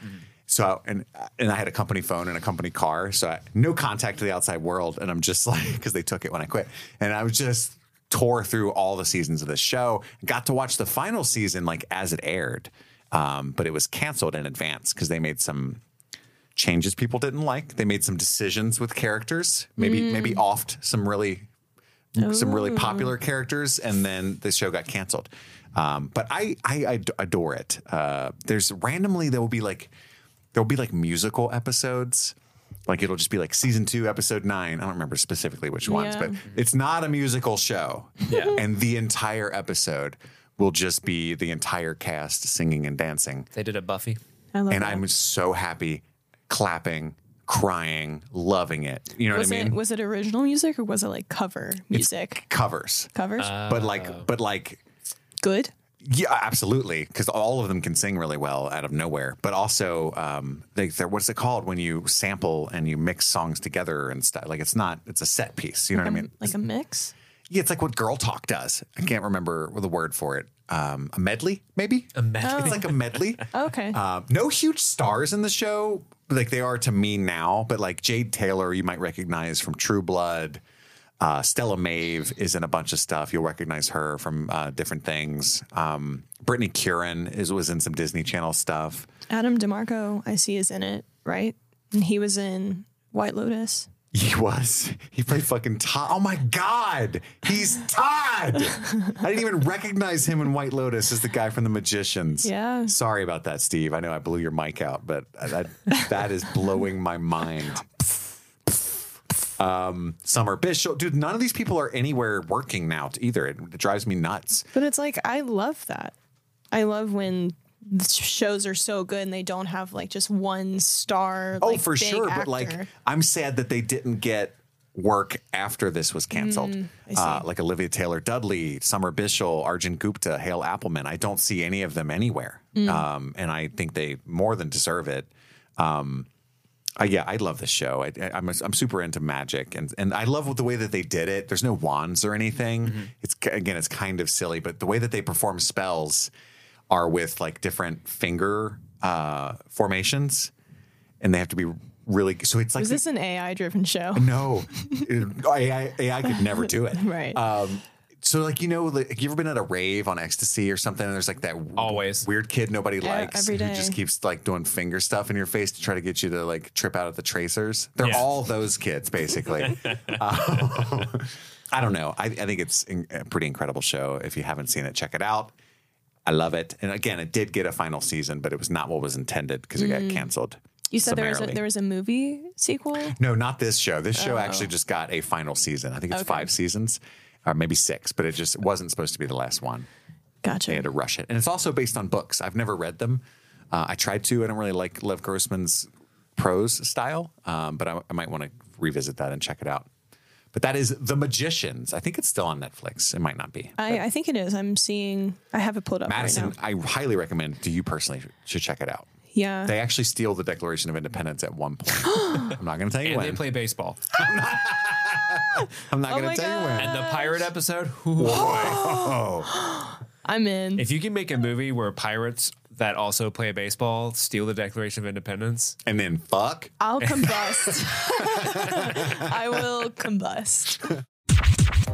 So, and, and I had a company phone and a company car. So, I, no contact to the outside world. And I'm just like, because they took it when I quit. And I was just tore through all the seasons of this show. Got to watch the final season like as it aired, um, but it was canceled in advance because they made some changes people didn't like. They made some decisions with characters, maybe maybe offed some really some really popular characters, and then the show got canceled. Um, but I, I I adore it. Uh, there's randomly there will be like there will be like musical episodes. Like it'll just be like season two, episode nine. I don't remember specifically which ones, Yeah. but it's not a musical show. Yeah. And the entire episode will just be the entire cast singing and dancing. They did a Buffy. I love And that. I'm so happy, clapping, crying, loving it. You know was what I it mean? was it original music or was it like cover music? Covers. Covers? But like, but like, Good. yeah, absolutely. Because all of them can sing really well out of nowhere. But also, um, they, they're, what's it called when you sample and you mix songs together and stuff? Like, it's not, it's a set piece. You know what I mean? Like a mix? Yeah, it's like what Girl Talk does. I can't remember the word for it. Um, a medley, maybe? A medley. It's like a medley. Oh, Okay. Um, no huge stars in the show, like they are to me now, but like Jade Taylor, you might recognize from True Blood. Uh, Stella Mave is in a bunch of stuff. You'll recognize her from uh, different things. Um, Brittany Curran is was in some Disney Channel stuff. Adam DeMarco, I see, is in it, right? And he was in White Lotus. He was. He played fucking Todd. Oh my God. He's Todd. I didn't even recognize him in White Lotus as the guy from The Magicians. Yeah. Sorry about that, Steve. I know I blew your mic out, but that, that is blowing my mind. Um, Summer Bishop. Dude, none of these people are anywhere working now either. It, it drives me nuts. But it's like I love that. I love when the shows are so good and they don't have like just one star. Oh, like, for big sure. But like, actor. I'm sad that they didn't get work after this was canceled. Mm, uh, like Olivia Taylor Dudley, Summer Bishop, Arjun Gupta, Hale Appleman. I don't see any of them anywhere. Mm. Um, and I think they more than deserve it. Um, I, yeah, I love this show. I, I, I'm, I'm super into magic, and and I love the way that they did it. There's no wands or anything. It's ki- again, it's kind of silly, but the way that they perform spells are with like different finger uh, formations, and they have to be really. So it's like was this an AI driven show? no, AI, AI could never do it. Right. Um, so like you know, like you ever been at a rave on ecstasy or something? And there's like that w- Always. weird kid nobody likes every who day. just keeps like doing finger stuff in your face to try to get you to like trip out at the tracers. They're Yeah. all those kids basically. Uh, I don't know. I, I think it's in, a pretty incredible show. If you haven't seen it, check it out. I love it. And again, it did get a final season, but it was not what was intended because it got canceled. Mm. you said there was, a, summarily. there was a movie sequel? No, not this show. This show Oh. actually just got a final season. I think it's five seasons, or maybe six, but it just wasn't supposed to be the last one. They Gotcha. had to rush it. And it's also based on books. I've never read them. Uh, I tried to. I don't really like Lev Grossman's prose style, um, but I, I might want to revisit that and check it out. But that is The Magicians. I think it's still on Netflix. It might not be. I, I think it is. I'm seeing, I have it pulled up Madison, right now. I highly recommend to you personally should check it out. Uh. Yeah. They actually steal the Declaration of Independence at one point. I'm not going to tell you And when. they play Oh baseball. I'm not going my to tell you when. and the pirate episode. Oh. I'm in. If you can make a movie where pirates that also play baseball steal the Declaration of Independence. and then fuck. I'll combust. I will combust.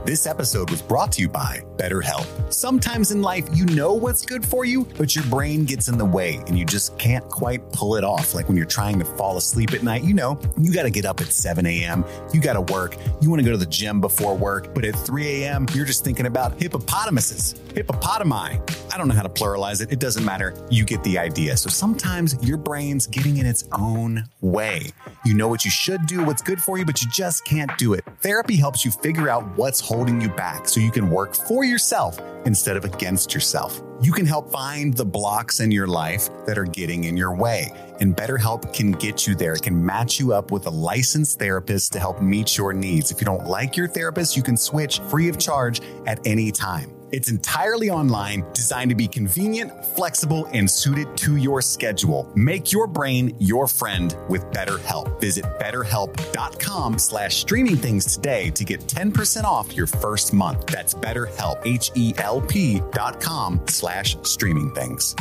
This episode was brought to you by BetterHelp. Sometimes in life, you know what's good for you, but your brain gets in the way and you just can't quite pull it off. Like when you're trying to fall asleep at night, you know, you got to get up at 7 a.m., you got to work, you want to go to the gym before work, but at 3 a.m., you're just thinking about hippopotamuses, hippopotami. I don't know how to pluralize it, it doesn't matter. You get the idea. So sometimes your brain's getting in its own way. You know what you should do, what's good for you, but you just can't do it. Therapy helps you figure out what's holding you back so you can work for yourself instead of against yourself. You can help find the blocks in your life that are getting in your way. And BetterHelp can get you there. It can match you up with a licensed therapist to help meet your needs. If you don't like your therapist, you can switch free of charge at any time. It's entirely online, designed to be convenient, flexible, and suited to your schedule. Make your brain your friend with BetterHelp. Visit betterhelp.com slash streaming things today to get 10% off your first month. That's betterhelp, H-E-L-P dot com slash streaming things.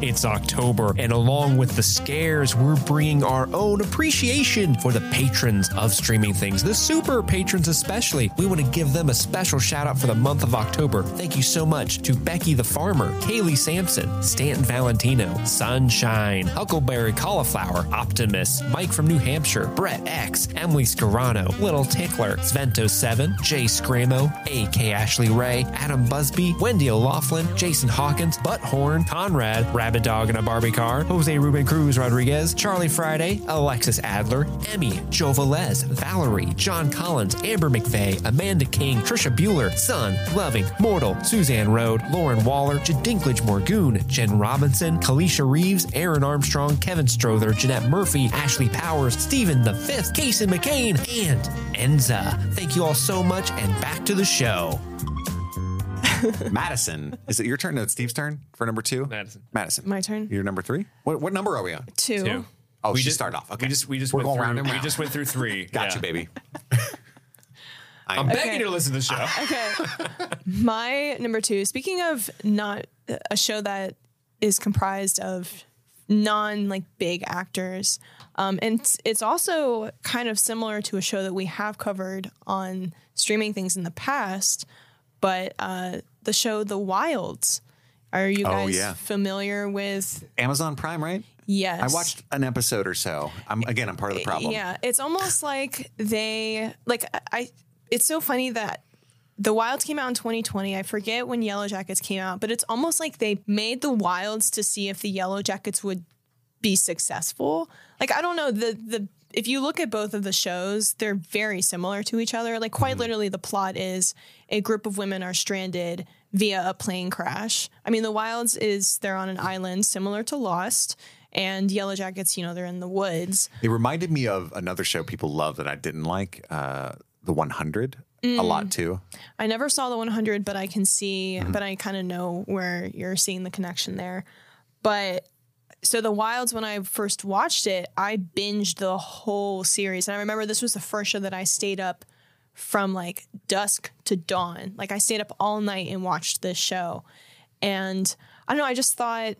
It's October, and along with the scares, we're bringing our own appreciation for the patrons of streaming things, the super patrons especially. We want to give them a special shout out for the month of October. Thank you so much to Becky the Farmer, Kaylee Sampson, Stanton Valentino, Sunshine, Huckleberry Cauliflower, Optimus, Mike from New Hampshire, Brett X, Emily Scarano, Little Tickler, Svento7, Jay Scramo, A.K. Ashley Ray, Adam Busby, Wendy O'Laughlin, Jason Hawkins, Butthorn, Conrad, Rabbit Dog in a Barbie Car, Jose Ruben Cruz Rodriguez, Charlie Friday, Alexis Adler, Emmy, Joe Velez, Valerie, John Collins, Amber McVeigh, Amanda King, Trisha Bueller, Son, Loving, Mortal, Suzanne Rode, Lauren Waller, Jadinklage Morgoon, Jen Robinson, Kalisha Reeves, Aaron Armstrong, Kevin Strother, Jeanette Murphy, Ashley Powers, Stephen the Fifth, Casey McCain, and Enza. Thank you all so much, and back to the show. Madison, is it your turn? No, it's Steve's turn for number two. Madison. Madison. My turn? You're number three? What, what number are we on? Two. Oh, we she just- started off. Okay. We just we just We're went going through, round and round. we just went through three. Got you, Yeah. baby. I'm begging Okay. you to listen to the show. Okay. My number two, speaking of not a show that is comprised of non like big actors, um, and it's, it's also kind of similar to a show that we have covered on streaming things in the past, but uh, the show The Wilds. Are you guys Oh, yeah. familiar with? Amazon Prime, right? Yes. I watched an episode or so. I'm again. I'm part of the problem. Yeah, it's almost like they like I- I. It's so funny that the Wilds came out in 2020. I forget when Yellow Jackets came out, but it's almost like they made the Wilds to see if the Yellow Jackets would be successful. Like I don't know the the if you look at both of the shows, they're very similar to each other. Like Mm-hmm. quite literally the plot is a group of women are stranded via a plane crash. I mean, The Wilds is they're on an island similar to Lost and Yellow Jackets, you know, they're in the woods. It reminded me of another show people love that I didn't like, uh, The 100, a Mm. lot too. I never saw the 100, but I can see, but I kind of know where you're seeing the connection there. But so the Wilds, when I first watched it, I binged the whole series, and I remember this was the first show that I stayed up from like dusk to dawn. Like I stayed up all night and watched this show, and I don't know. I just thought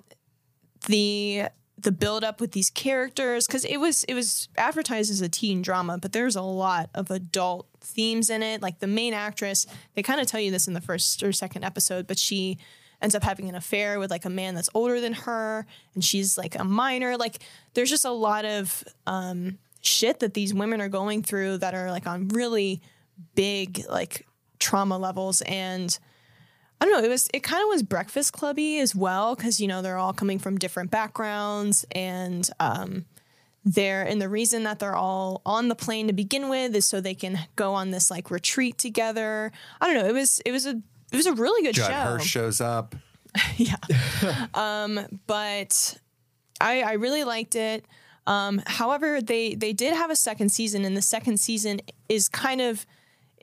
the the build up with these characters because it was it was advertised as a teen drama, but there's a lot of adult themes in it. Like the main actress, they kind of tell you this in the first or second episode, but she ends up having an affair with like a man that's older than her, and she's like a minor. Like there's just a lot of um, shit that these women are going through that are like on really big like trauma levels and I don't know. It was it kind of was Breakfast Clubby as well because you know they're all coming from different backgrounds and um, they're and the reason that they're all on the plane to begin with is so they can go on this like retreat together. I don't know. It was it was a it was a really good Judd show Hirsch shows up. Um, but I, I really liked it. Um, however, they they did have a second season, and the second season is kind of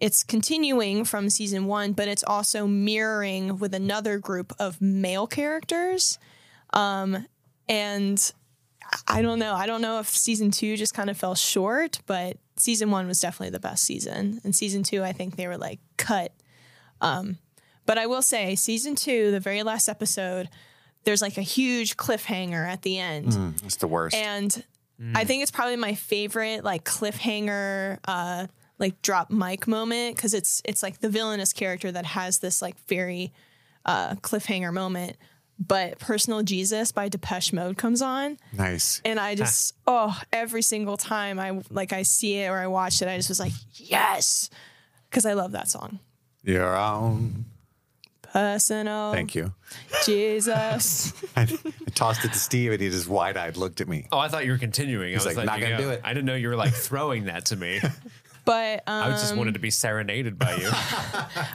it's continuing from season one, but it's also mirroring with another group of male characters. Um, and I- I don't know. I don't know if season two just kind of fell short, but season one was definitely the best season, and season two, I think they were like cut But I will say, season two, the very last episode, there's like a huge cliffhanger at the end. Mm, It's the worst. And I think it's probably my favorite like cliffhanger uh like drop mic moment because it's it's like the villainous character that has this like very uh cliffhanger moment. But Personal Jesus by Depeche Mode comes on nice. and I just oh every single time I like I see it or I watch it I just was like yes because I love that song. You're on. Personal Thank you. Jesus. I, I tossed it to Steve and he just wide eyed looked at me. Oh, I thought you were continuing. I was like, like, "Not gonna you know, do it." I didn't know you were like throwing that to me. but um, I just wanted to be serenaded by you.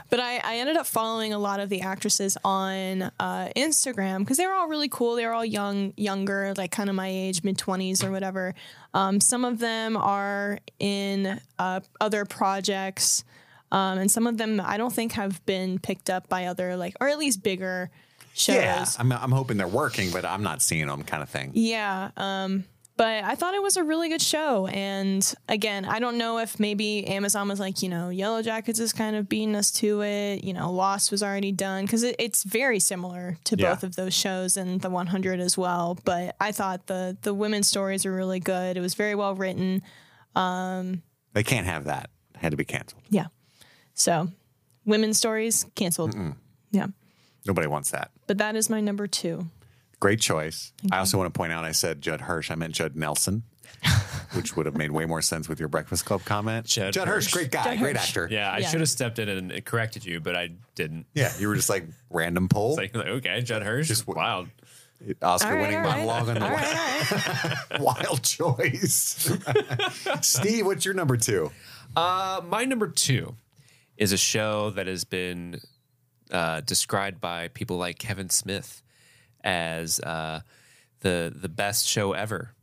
But I, I ended up following a lot of the actresses on uh, Instagram because they were all really cool. They were all young, younger, like kind of my age, mid twenties or whatever. Um, some of them are in uh, other projects, um, and some of them I don't think have been picked up by other like or at least bigger shows. Yeah. I'm, I'm hoping they're working, but I'm not seeing them kind of thing. Yeah. Um, but I thought it was a really good show. And again, I don't know if maybe Amazon was like, you know, Yellow Jackets is kind of beating us to it. You know, Lost was already done because it, it's very similar to Yeah. both of those shows and the 100 as well. But I thought the the women's stories were really good. It was very well written. They can't have that. It had to be canceled. Yeah. So women's stories canceled. Yeah. Nobody wants that. But that is my number two. Great choice. I also want to point out I said Judd Hirsch. I meant Judd Nelson, which would have made way more sense with your Breakfast Club comment. Judd Hirsch, Hirsch. great guy, Judd great Hirsch. actor. Yeah, I Yeah. should have stepped in and corrected you, but I didn't. Yeah, you were just like random poll, Like, like, okay, Judd Hirsch, wow. Oscar winning All right, all monologue right. on the All right, all right. wild choice. Steve, what's your number two? Uh, my number two is a show that has been uh, described by people like Kevin Smith as uh, the the best show ever.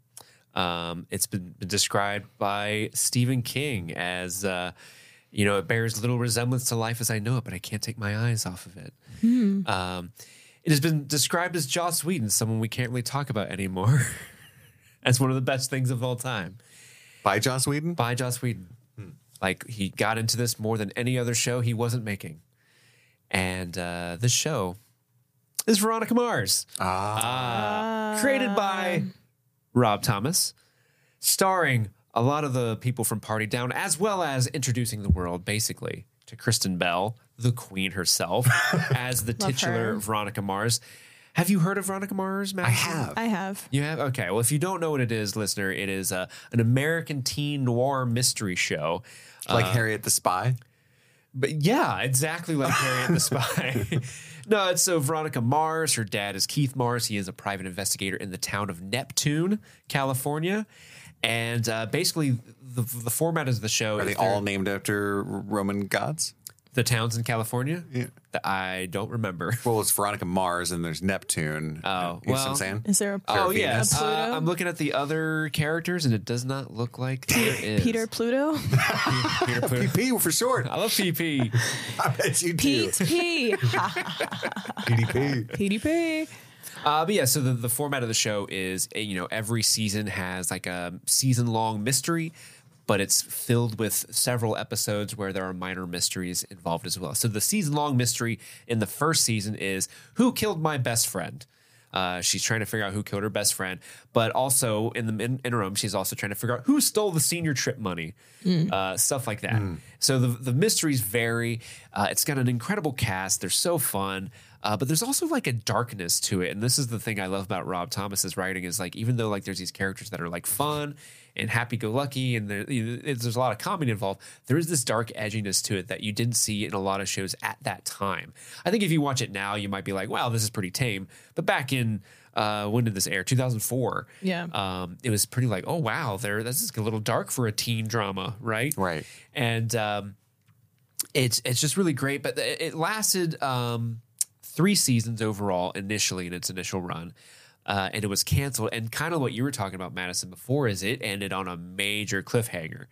Um, it's been, been described by Stephen King as uh, you know it bears little resemblance to life as I know it, but I can't take my eyes off of it. Um, it has been described as Joss Whedon, someone we can't really talk about anymore, as one of the best things of all time By Joss Whedon. by Joss Whedon. Hmm. Like he got into this more than any other show he wasn't making, and uh, this show is Veronica Mars, Ah. Uh, created by Rob Thomas, starring a lot of the people from Party Down, as well as introducing the world basically to Kristen Bell, the Queen herself, as the Love titular her. Veronica Mars. Have you heard of Veronica Mars? Matt? I have. I have. You have okay. Well, if you don't know what it is, listener, it is uh, an American teen noir mystery show. like Harriet the Spy. But yeah, exactly like Harriet the Spy. no, it's so Veronica Mars. Her dad is Keith Mars. He is a private investigator in the town of Neptune, California. And uh, basically, the, the format of the show Are is they they're- all named after Roman gods? the towns in California. Yeah. That I don't remember. Well, it's Veronica Mars and there's Neptune. Oh, you see what I'm well- saying? Is there a Oh Venus? yes, A Pluto? uh, I'm looking at the other characters, and it does not look like there is Peter Pluto? Peter Pluto. PP for short. I love PP. I bet you do. Pete's P. PDP. PDP. Uh, but yeah, so the, the format of the show is eh, you know every season has like a season long mystery, but it's filled with several episodes where there are minor mysteries involved as well. So the season long mystery in the first season is who killed my best friend. Uh, she's trying to figure out who killed her best friend, but also in the min- interim, she's also trying to figure out who stole the senior trip money, uh, stuff like that. So the the mysteries vary. Uh, it's got an incredible cast. They're so fun, uh, but there's also like a darkness to it. And this is the thing I love about Rob Thomas's writing is like even though like there's these characters that are like fun and happy go lucky, and there, it's, there's a lot of comedy involved. There is this dark edginess to it that you didn't see in a lot of shows at that time. I think if you watch it now, you might be like, wow, this is pretty tame. But back in uh, when did this air? 2004. Yeah. Um, it was pretty like, oh wow, there this is a little dark for a teen drama, right? Right. And um, it's it's just really great. But it it lasted um, three seasons overall initially in its initial run. Uh, and it was canceled. And kind of what you were talking about, Madison, before is it ended on a major cliffhanger,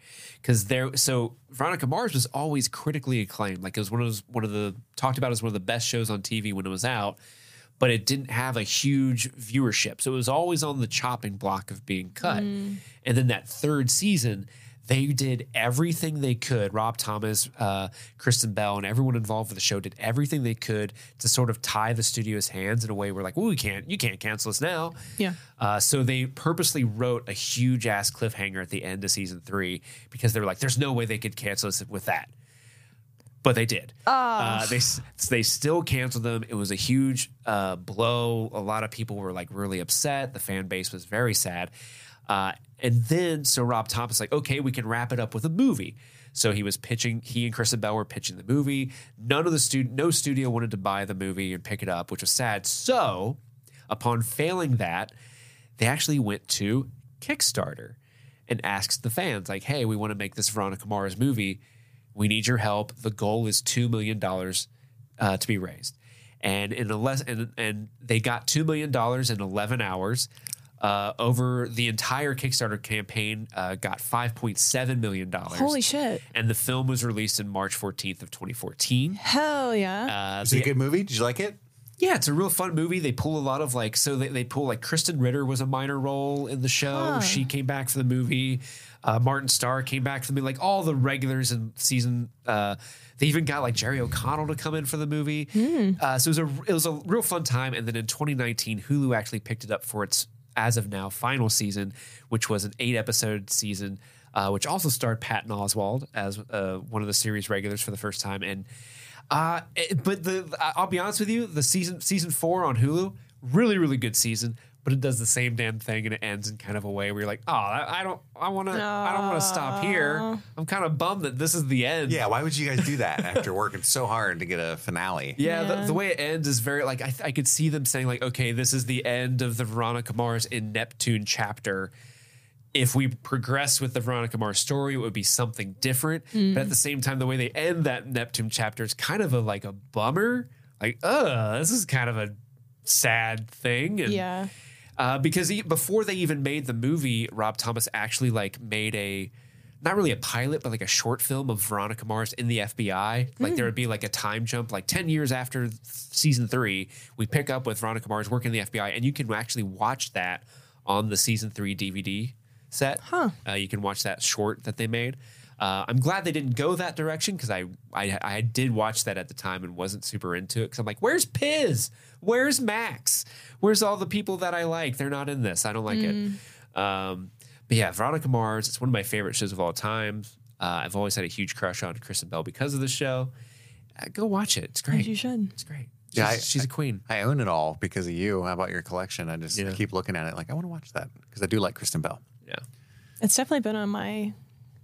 because there. So Veronica Mars was always critically acclaimed. Like it was one of those, one of the talked about as one of the best shows on TV when it was out but it didn't have a huge viewership. So it was always on the chopping block of being cut. And then that third season, They did everything they could. Rob Thomas, uh, Kristen Bell, and everyone involved with the show did everything they could to sort of tie the studio's hands in a way where like, well, we can't, you can't cancel us now. Yeah. Uh, so they purposely wrote a huge ass cliffhanger at the end of season three because they were like, there's no way they could cancel us with that but they did. Uh, they s- they still canceled them. It was a huge uh, blow. A lot of people were like really upset. The fan base was very sad. Uh, and then so Rob Thomas like, okay, we can wrap it up with a movie. So he was pitching. He and Kristen Bell were pitching the movie. None of the student, no studio wanted to buy the movie and pick it up, which was sad. So upon failing that, they actually went to Kickstarter and asked the fans, like, hey, we want to make this Veronica Mars movie. We need your help. The goal is $2 million uh, to be raised. And in a less, and, and they got $2 million in 11 hours. Uh, over the entire Kickstarter campaign, uh, got $5.7 million. Holy shit. And the film was released in March 14th of 2014. Hell yeah. Uh, Is it a good movie? Did you like it? yeah, it's a real fun movie. They pull a lot of like, so they, they pull like Kristen Ritter was a minor role in the show. She came back for the movie. Uh, Martin Starr came back for the movie. Like all the regulars in season. Uh, they even got like Jerry O'Connell to come in for the movie. Uh, so it was a it was a real fun time. And then in 2019, Hulu actually picked it up for its as of now final season, which was an eight episode season, uh, which also starred Patton Oswald as uh, one of the series regulars for the first time. And uh, it- but the I- I'll be honest with you, the season season four on Hulu, really really good season. But it does the same damn thing, and it ends in kind of a way where you're like, "Oh, I, I don't, I want to, I don't want to stop here. I'm kind of bummed that this is the end." Yeah. Why would you guys do that after working so hard to get a finale? Yeah, Yeah. The, the way it ends is very like I, th- I could see them saying like, okay, this is the end of the Veronica Mars in Neptune chapter. If we progress with the Veronica Mars story, it would be something different. But at the same time, the way they end that Neptune chapter is kind of a like a bummer. Like, uh, this is kind of a sad thing. And, yeah. uh, because he, before they even made the movie, Rob Thomas actually like made a not really a pilot, but like a short film of Veronica Mars in the FBI. Like there would be like a time jump, like ten years after th- season three, we pick up with Veronica Mars working in the FBI, and you can actually watch that on the season three DVD set. Huh. Uh, you can watch that short that they made. Uh, I'm glad they didn't go that direction because I, I I did watch that at the time and wasn't super into it because I'm like, where's Piz? Where's Max? Where's all the people that I like? They're not in this. I don't like Mm. it. Um, but yeah, Veronica Mars. It's one of my favorite shows of all time. Uh, I've always had a huge crush on Kristen Bell because of the show. Uh, go watch it. It's great. As you should. It's great. Yeah, she's, I- she's a queen. I own it all because of you. How about your collection? I just Yeah. keep looking at it like I want to watch that because I do like Kristen Bell. Yeah. It's definitely been on my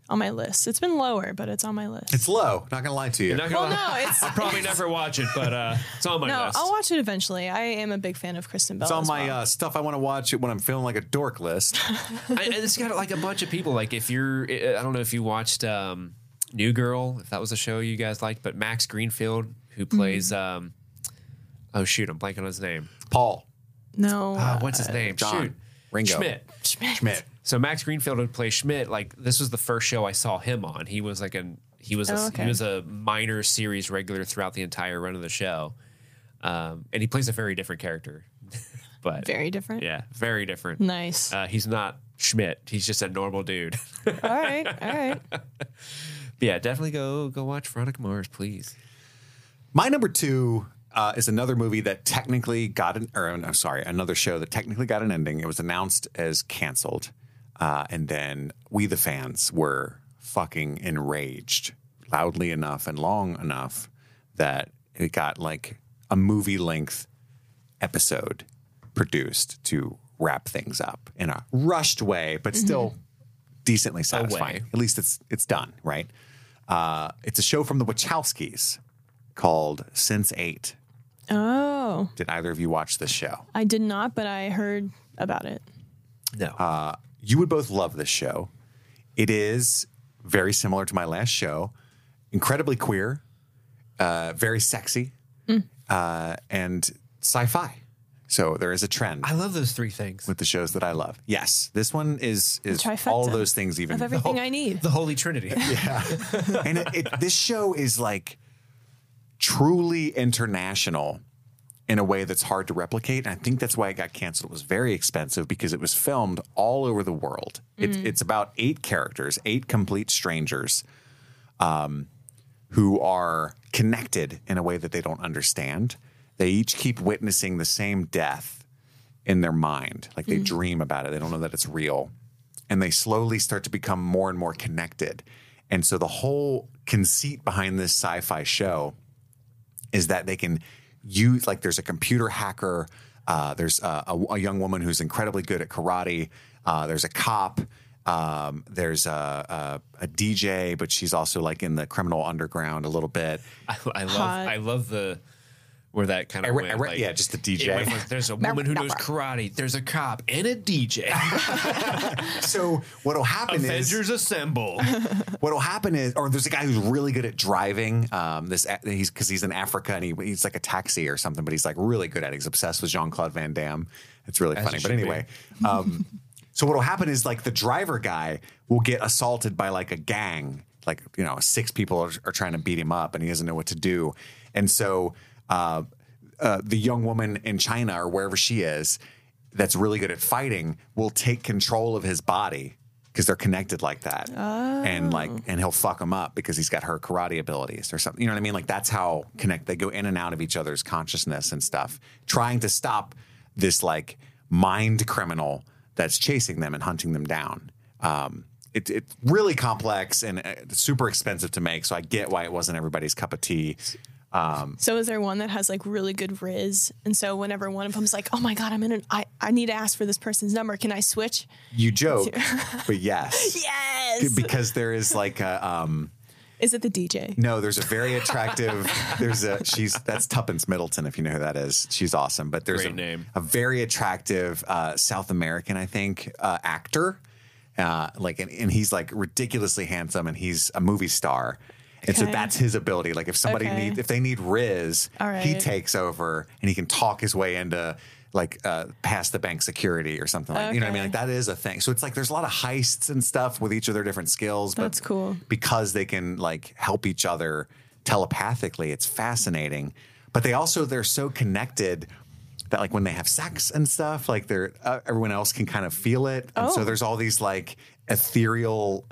on my list. It's been lower, but it's on my list. It's low. Not gonna lie to you. Not well, gonna lie. no, it's I'll probably never watch it, but uh, it's on my no. list. I'll watch it eventually. I am a big fan of Kristen Bell. It's on as my well. uh, stuff I want to watch when I'm feeling like a dork list. I, and it's got like a bunch of people. Like if you're, eh, I don't know if you watched um, New Girl, if that was a show you guys liked, but Max Greenfield, who plays, um, oh shoot, I'm blanking on his name. Paul, no. Uh, what's his name? John, shoot, Ringo. Schmidt. Schmidt. Schmidt. So Max Greenfield would play Schmidt. Like this was the first show I saw him on. He was like an he was a, Oh, okay. he was a minor series regular throughout the entire run of the show, um, and he plays a very different character. but Very Hmm. different. yeah, very different. Nice. Uh, he's not Schmidt. He's just a normal dude. all right. All right. But yeah, definitely go go watch Veronica Mars, please. My number two uh, is another movie that technically got an, or I'm sorry, another show that technically got an ending. It was announced as canceled, uh, and then we the fans were fucking enraged loudly enough and long enough that it got like a movie length episode produced to wrap things up in a rushed way, but still decently satisfying. way. At least it's it's done, right? Uh, it's a show from the Wachowskis called Sense Eight. Oh, Did either of you watch this show? I did not, but I heard about it. No, You would both love this show. It is very similar to my last show, incredibly queer, uh, very sexy, uh, and sci-fi. So there is a trend. I love those three things. with the shows that I love. Yes, this one is is trifecta all those things even. Of everything I need. the Holy Trinity. and it, it, this show is like truly international in a way that's hard to replicate. And I think that's why it got canceled. It was very expensive because it was filmed all over the world. It's Mm-hmm. it's about eight characters, eight complete strangers, um, who are connected in a way that they don't understand. They each keep witnessing the same death in their mind. Like they dream about it. They don't know that it's real. And they slowly start to become more and more connected. And so the whole conceit behind this sci fi show is that they can use, like, there's a computer hacker, uh, there's a, a, a young woman who's incredibly good at karate, uh, there's a cop. Um, there's a, a a DJ, but she's also like in the criminal underground a little bit. I, I love Hot. I love the where that kind of I re- went, I re- like- yeah, just the it DJ. went from, there's a woman who knows karate. There's a cop and a DJ. So what'll happen is Avengers assemble. what'll happen is, or there's a guy who's really good at driving. Um, this he's because he's in Africa and he, he's like a taxi or something, but he's like really good at. it. He's obsessed with Jean Claude Van Damme. It's really As funny, you but should anyway. Um, so what'll happen is like the driver guy will get assaulted by like a gang, like you know six people are, are trying to beat him up, and he doesn't know what to do, and so. Uh, uh, the young woman in China or wherever she is that's really good at fighting will take control of his body because they're connected like that. And like and he'll fuck him up because he's got her karate abilities or something. You know what I mean? Like that's how connect they go in and out of each other's consciousness and stuff, trying to stop this like mind criminal that's chasing them and hunting them down. Um it, it's really complex and uh, super expensive to make, so I get why it wasn't everybody's cup of tea. So is there one that has like really good riz? And so whenever one of them's like, "Oh my god, I'm in an I I need to ask for this person's number. Can I switch?" You joke, but yes, Yes. because there is like a um Is it the DJ? no there's a very attractive there's a she's that's tuppence middleton if you know who that is she's awesome but there's Great a, name. a very attractive uh south american i think uh actor uh like and, and he's like ridiculously handsome and he's a movie star and so Okay. that's his ability. Like if somebody Okay. needs, if they need Riz, All he right. takes over and he can talk his way into like uh, past the bank security or something like you know what I mean. Okay. Like that is a thing. So it's like there's a lot of heists and stuff with each of their different skills. but That's cool. because they can like help each other telepathically. It's fascinating. But they also they're so connected that like when they have sex and stuff, like they're uh, everyone else can kind of feel it. And so Oh. there's all these like ethereal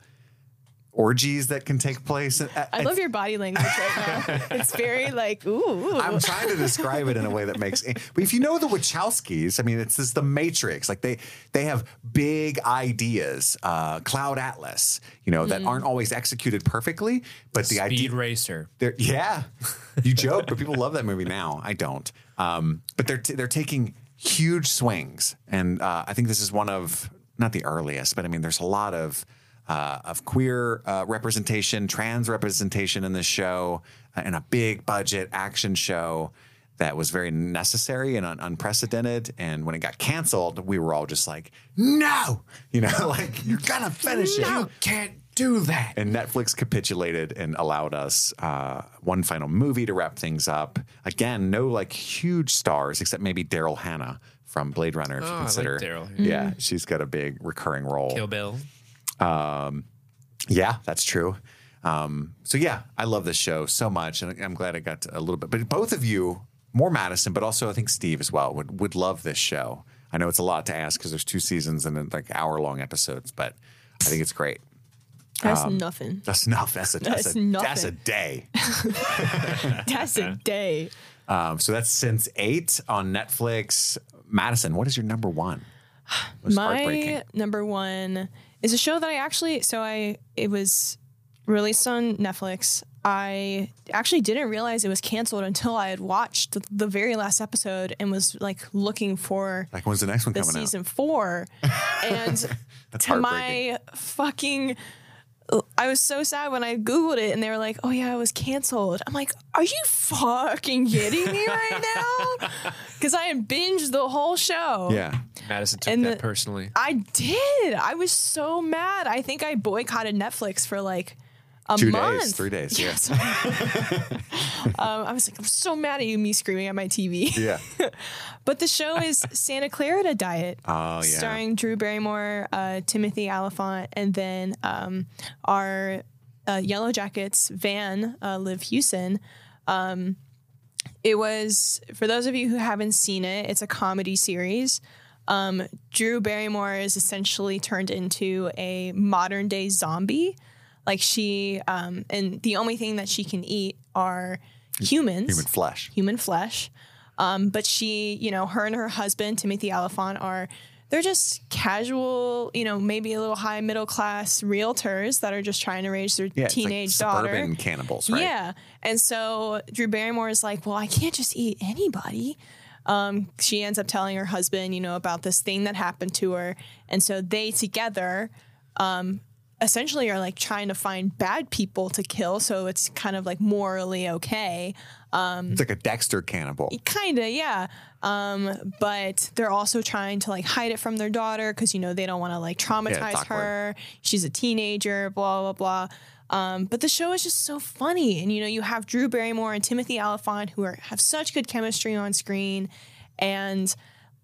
orgies that can take place. And, I love your body language right now. it's very like, ooh. I'm trying to describe it in a way that makes. But if you know the Wachowskis, I mean, it's this the Matrix. Like they they have big ideas, uh, Cloud Atlas, you know, Hmm. that aren't always executed perfectly, but the idea Speed Racer. they're, yeah, you joke, but people love that movie now. I don't. Um, but they're t- they're taking huge swings, and uh, I think this is one of not the earliest, but I mean, there's a lot of uh, of queer uh, representation, trans representation in this show, uh, and a big budget action show that was very necessary and un- unprecedented. And when it got canceled, we were all just like, "No," you know, like you're gonna finish it. You can't do that. And Netflix capitulated and allowed us uh, one final movie to wrap things up. Again, no like huge stars except maybe Daryl Hannah from Blade Runner. If Oh, you I like consider, Daryl. yeah, Mm-hmm. she's got a big recurring role. Kill Bill. Yeah, that's true. Um, so yeah, I love this show so much, and I'm glad I got a little bit. But both of you, more Madison, but also I think Steve as well, would would love this show. I know it's a lot to ask because there's two seasons and then like hour long episodes, but I think it's great. That's um, nothing. That's enough. That's a that's, That's a, that's a nothing. day. That's a day. Um, so that's since eight on Netflix. Madison, what is your number one? It was My heartbreaking. number one is a show that I actually so I it was released on Netflix. I actually didn't realize it was canceled until I had watched the, the very last episode and was like looking for Like, when's the next one the coming season four. And to heartbreaking. my fucking I was so sad when I Googled it and they were like, oh yeah, it was canceled. I'm like, are you fucking kidding me right now? Because I had binged the whole show. out? Yeah. Madison took And that the- personally. I did. I was so mad. I think I boycotted Netflix for like a Two days, month. three days, yeah. Yes. um, I was like, I'm so mad at you, me screaming at my TV. Yeah. But the show is Santa Clarita Diet, Oh, yeah. starring Drew Barrymore, uh, Timothy Oliphant, and then um, our uh, Yellow Jackets van, uh, Liv Hewson. Um, It was for those of you who haven't seen it. It's a comedy series. Um, Drew Barrymore is essentially turned into a modern day zombie. Like she, um, and the only thing that she can eat are humans, Human flesh. human flesh. Um, but she, you know, her and her husband, Timothy Oliphant, are they're just casual, you know, maybe a little high middle class realtors that are just trying to raise their Yeah, teenage it's like daughter. Suburban cannibals, right? Yeah. And so Drew Barrymore is like, well, I can't just eat anybody. Um, she ends up telling her husband, you know, about this thing that happened to her. And so they together um, essentially are like trying to find bad people to kill. So it's kind of like morally okay. It's like a Dexter cannibal. Kind of, yeah. Um, but they're also trying to like hide it from their daughter because, you know, they don't want to like traumatize awkward. her. She's a teenager, blah, blah, blah. Um, but the show is just so funny. And, you know, you have Drew Barrymore and Timothy Oliphant who are, have such good chemistry on screen. And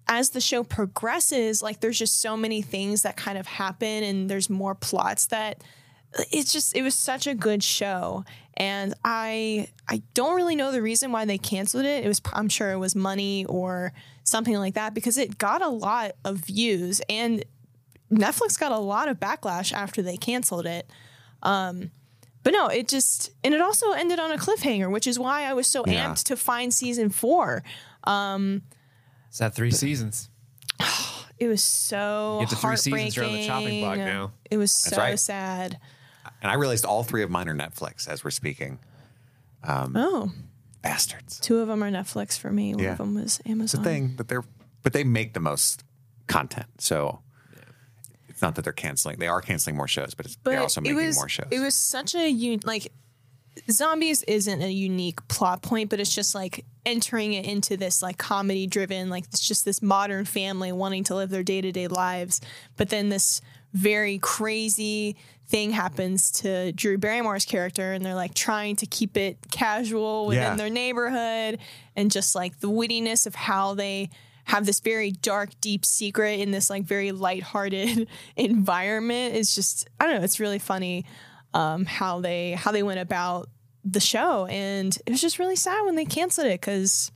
as the show progresses, like there's just so many things that kind of happen and there's more plots that it's just it was such a good show and i i don't really know the reason why they canceled it it was i'm sure it was money or something like that because it got a lot of views and netflix got a lot of backlash after they canceled it um but no it just and it also ended on a cliffhanger which is why i was so Yeah. amped to find season four It's had three seasons. it was so You get the three seasons, you're on the heartbreaking chopping block now. it was so right. sad And I realized all three of mine are Netflix as we're speaking. Um, oh Bastards. two of them are netflix for me one Yeah. of them was amazon thing that they're but they make the most content. So it's not that they're canceling. They are canceling more shows, but, it's, but they're also making it was, more shows. It was such a un- like zombies isn't a unique plot point, but it's just like entering it into this like comedy driven like it's just this modern family wanting to live their day to day lives, but then this very crazy thing happens to Drew Barrymore's character, and they're like trying to keep it casual within Yeah. their neighborhood, and just like the wittiness of how they have this very dark, deep secret in this like very lighthearted environment is just I don't know. It's really funny um, how they how they went about the show, and it was just really sad when they canceled it because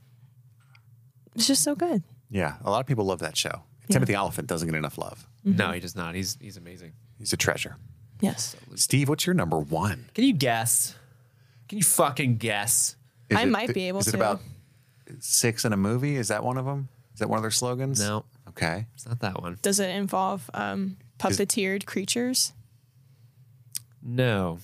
it's just so good. yeah, a lot of people love that show. Timothy Oliphant doesn't get enough love. Mm-hmm. No, he does not. He's he's amazing. He's a treasure. Yes, Steve, what's your number one? Can you guess? Can you fucking guess? Is I might be able is to. it about six in a movie? Is that one of them? Is that one of their slogans? No. Okay. It's not that one. Does it involve um, puppeteered creatures? No.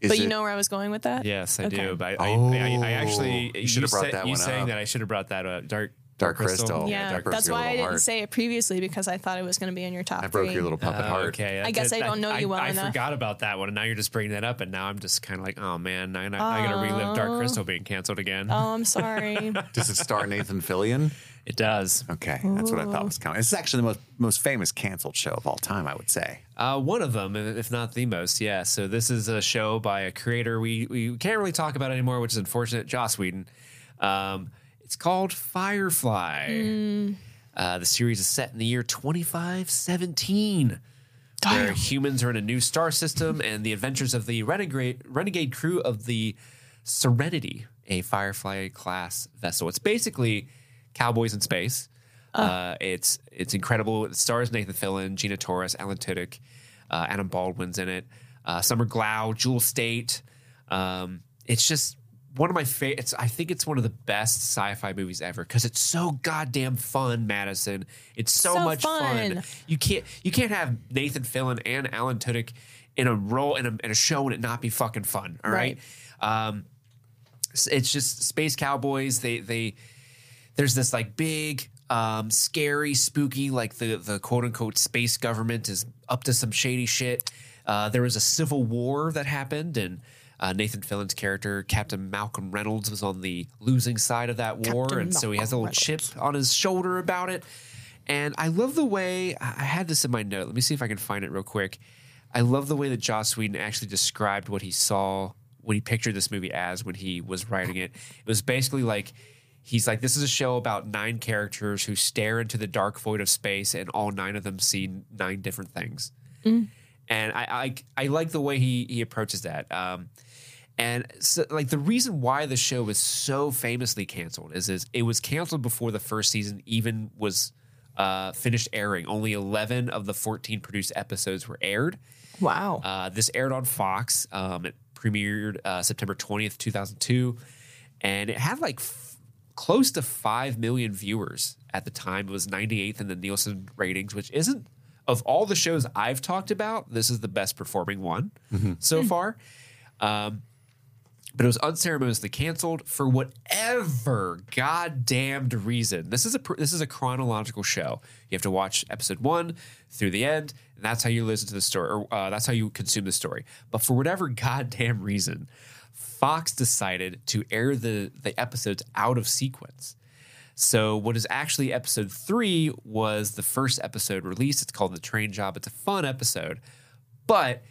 Is but you it- know where I was going with that. Yes, I Okay. do. But I, Oh, I, I, I actually you should have brought said- that you one saying up. that I should have brought that up. Dark Dark Crystal. Yeah, Dark Broke that's Your why I Little didn't Heart. say it previously because I thought it was going to be in your top I broke three. your little puppet Uh, heart. Okay, I guess I don't know you well I, enough. I forgot about that one, and now you're just bringing that up, and now I'm just kind of like, oh man, I, I, I gotta relive Dark Crystal being canceled again. oh, I'm sorry. Does it star Nathan Fillion? It does. Okay, that's what I thought was coming. This is actually the most most famous canceled show of all time, I would say. Uh, one of them, if not the most, yeah. So this is a show by a creator we we can't really talk about anymore, which is unfortunate. Joss Whedon. Um, it's called Firefly. Mm. Uh, the series is set in the year 2517, where humans are in a new star system and the adventures of the renegade renegade crew of the Serenity, a Firefly class vessel. It's basically cowboys in space. Uh, it's it's incredible. It stars Nathan Fillion, Gina Torres, Alan Tudyk, uh, Adam Baldwin's in it. Uh, Summer Glau, Jewel State. Um, it's just one of my favorites. I think it's one of the best sci-fi movies ever because it's so goddamn fun, Madison. It's so, So much fun. You can't you can't have Nathan Fillion and Alan Tudyk in a role in a, in a show and it not be fucking fun. All right. Um, s- it's just space cowboys. They they there's this like big um scary spooky like the the quote unquote space government is up to some shady shit uh there was a civil war that happened and uh, Nathan Fillion's character Captain Malcolm Reynolds was on the losing side of that war Captain and so he has a Malcolm little chip on his shoulder about it and I love the way I I had this in my note let me see if I can find it real quick I love the way that Joss Whedon actually described what he saw what he pictured this movie as when he was writing it it was basically like He's like, this is a show about nine characters who stare into the dark void of space, and all nine of them see nine different things. And I, I, I like the way he he approaches that. Um, And so, like the reason why the show was so famously canceled is, is it was canceled before the first season even was uh, finished airing. Only 11 of the 14 produced episodes were aired. Wow. Uh, this aired on Fox. Um, it premiered uh, September 20th, 2002. And it had like f- close to 5 million viewers at the time. It was 98th in the Nielsen ratings, which isn't, of all the shows I've talked about, this is the best performing one so far. Um, but it was unceremoniously canceled for whatever goddamned reason. This is a pr- this is a chronological show. You have to watch episode one through the end, and that's how you listen to the story, or uh, that's how you consume the story. But for whatever goddamn reason, Fox decided to air the the episodes out of sequence. So what is actually episode three was the first episode released. It's called the Train Job. It's a fun episode, but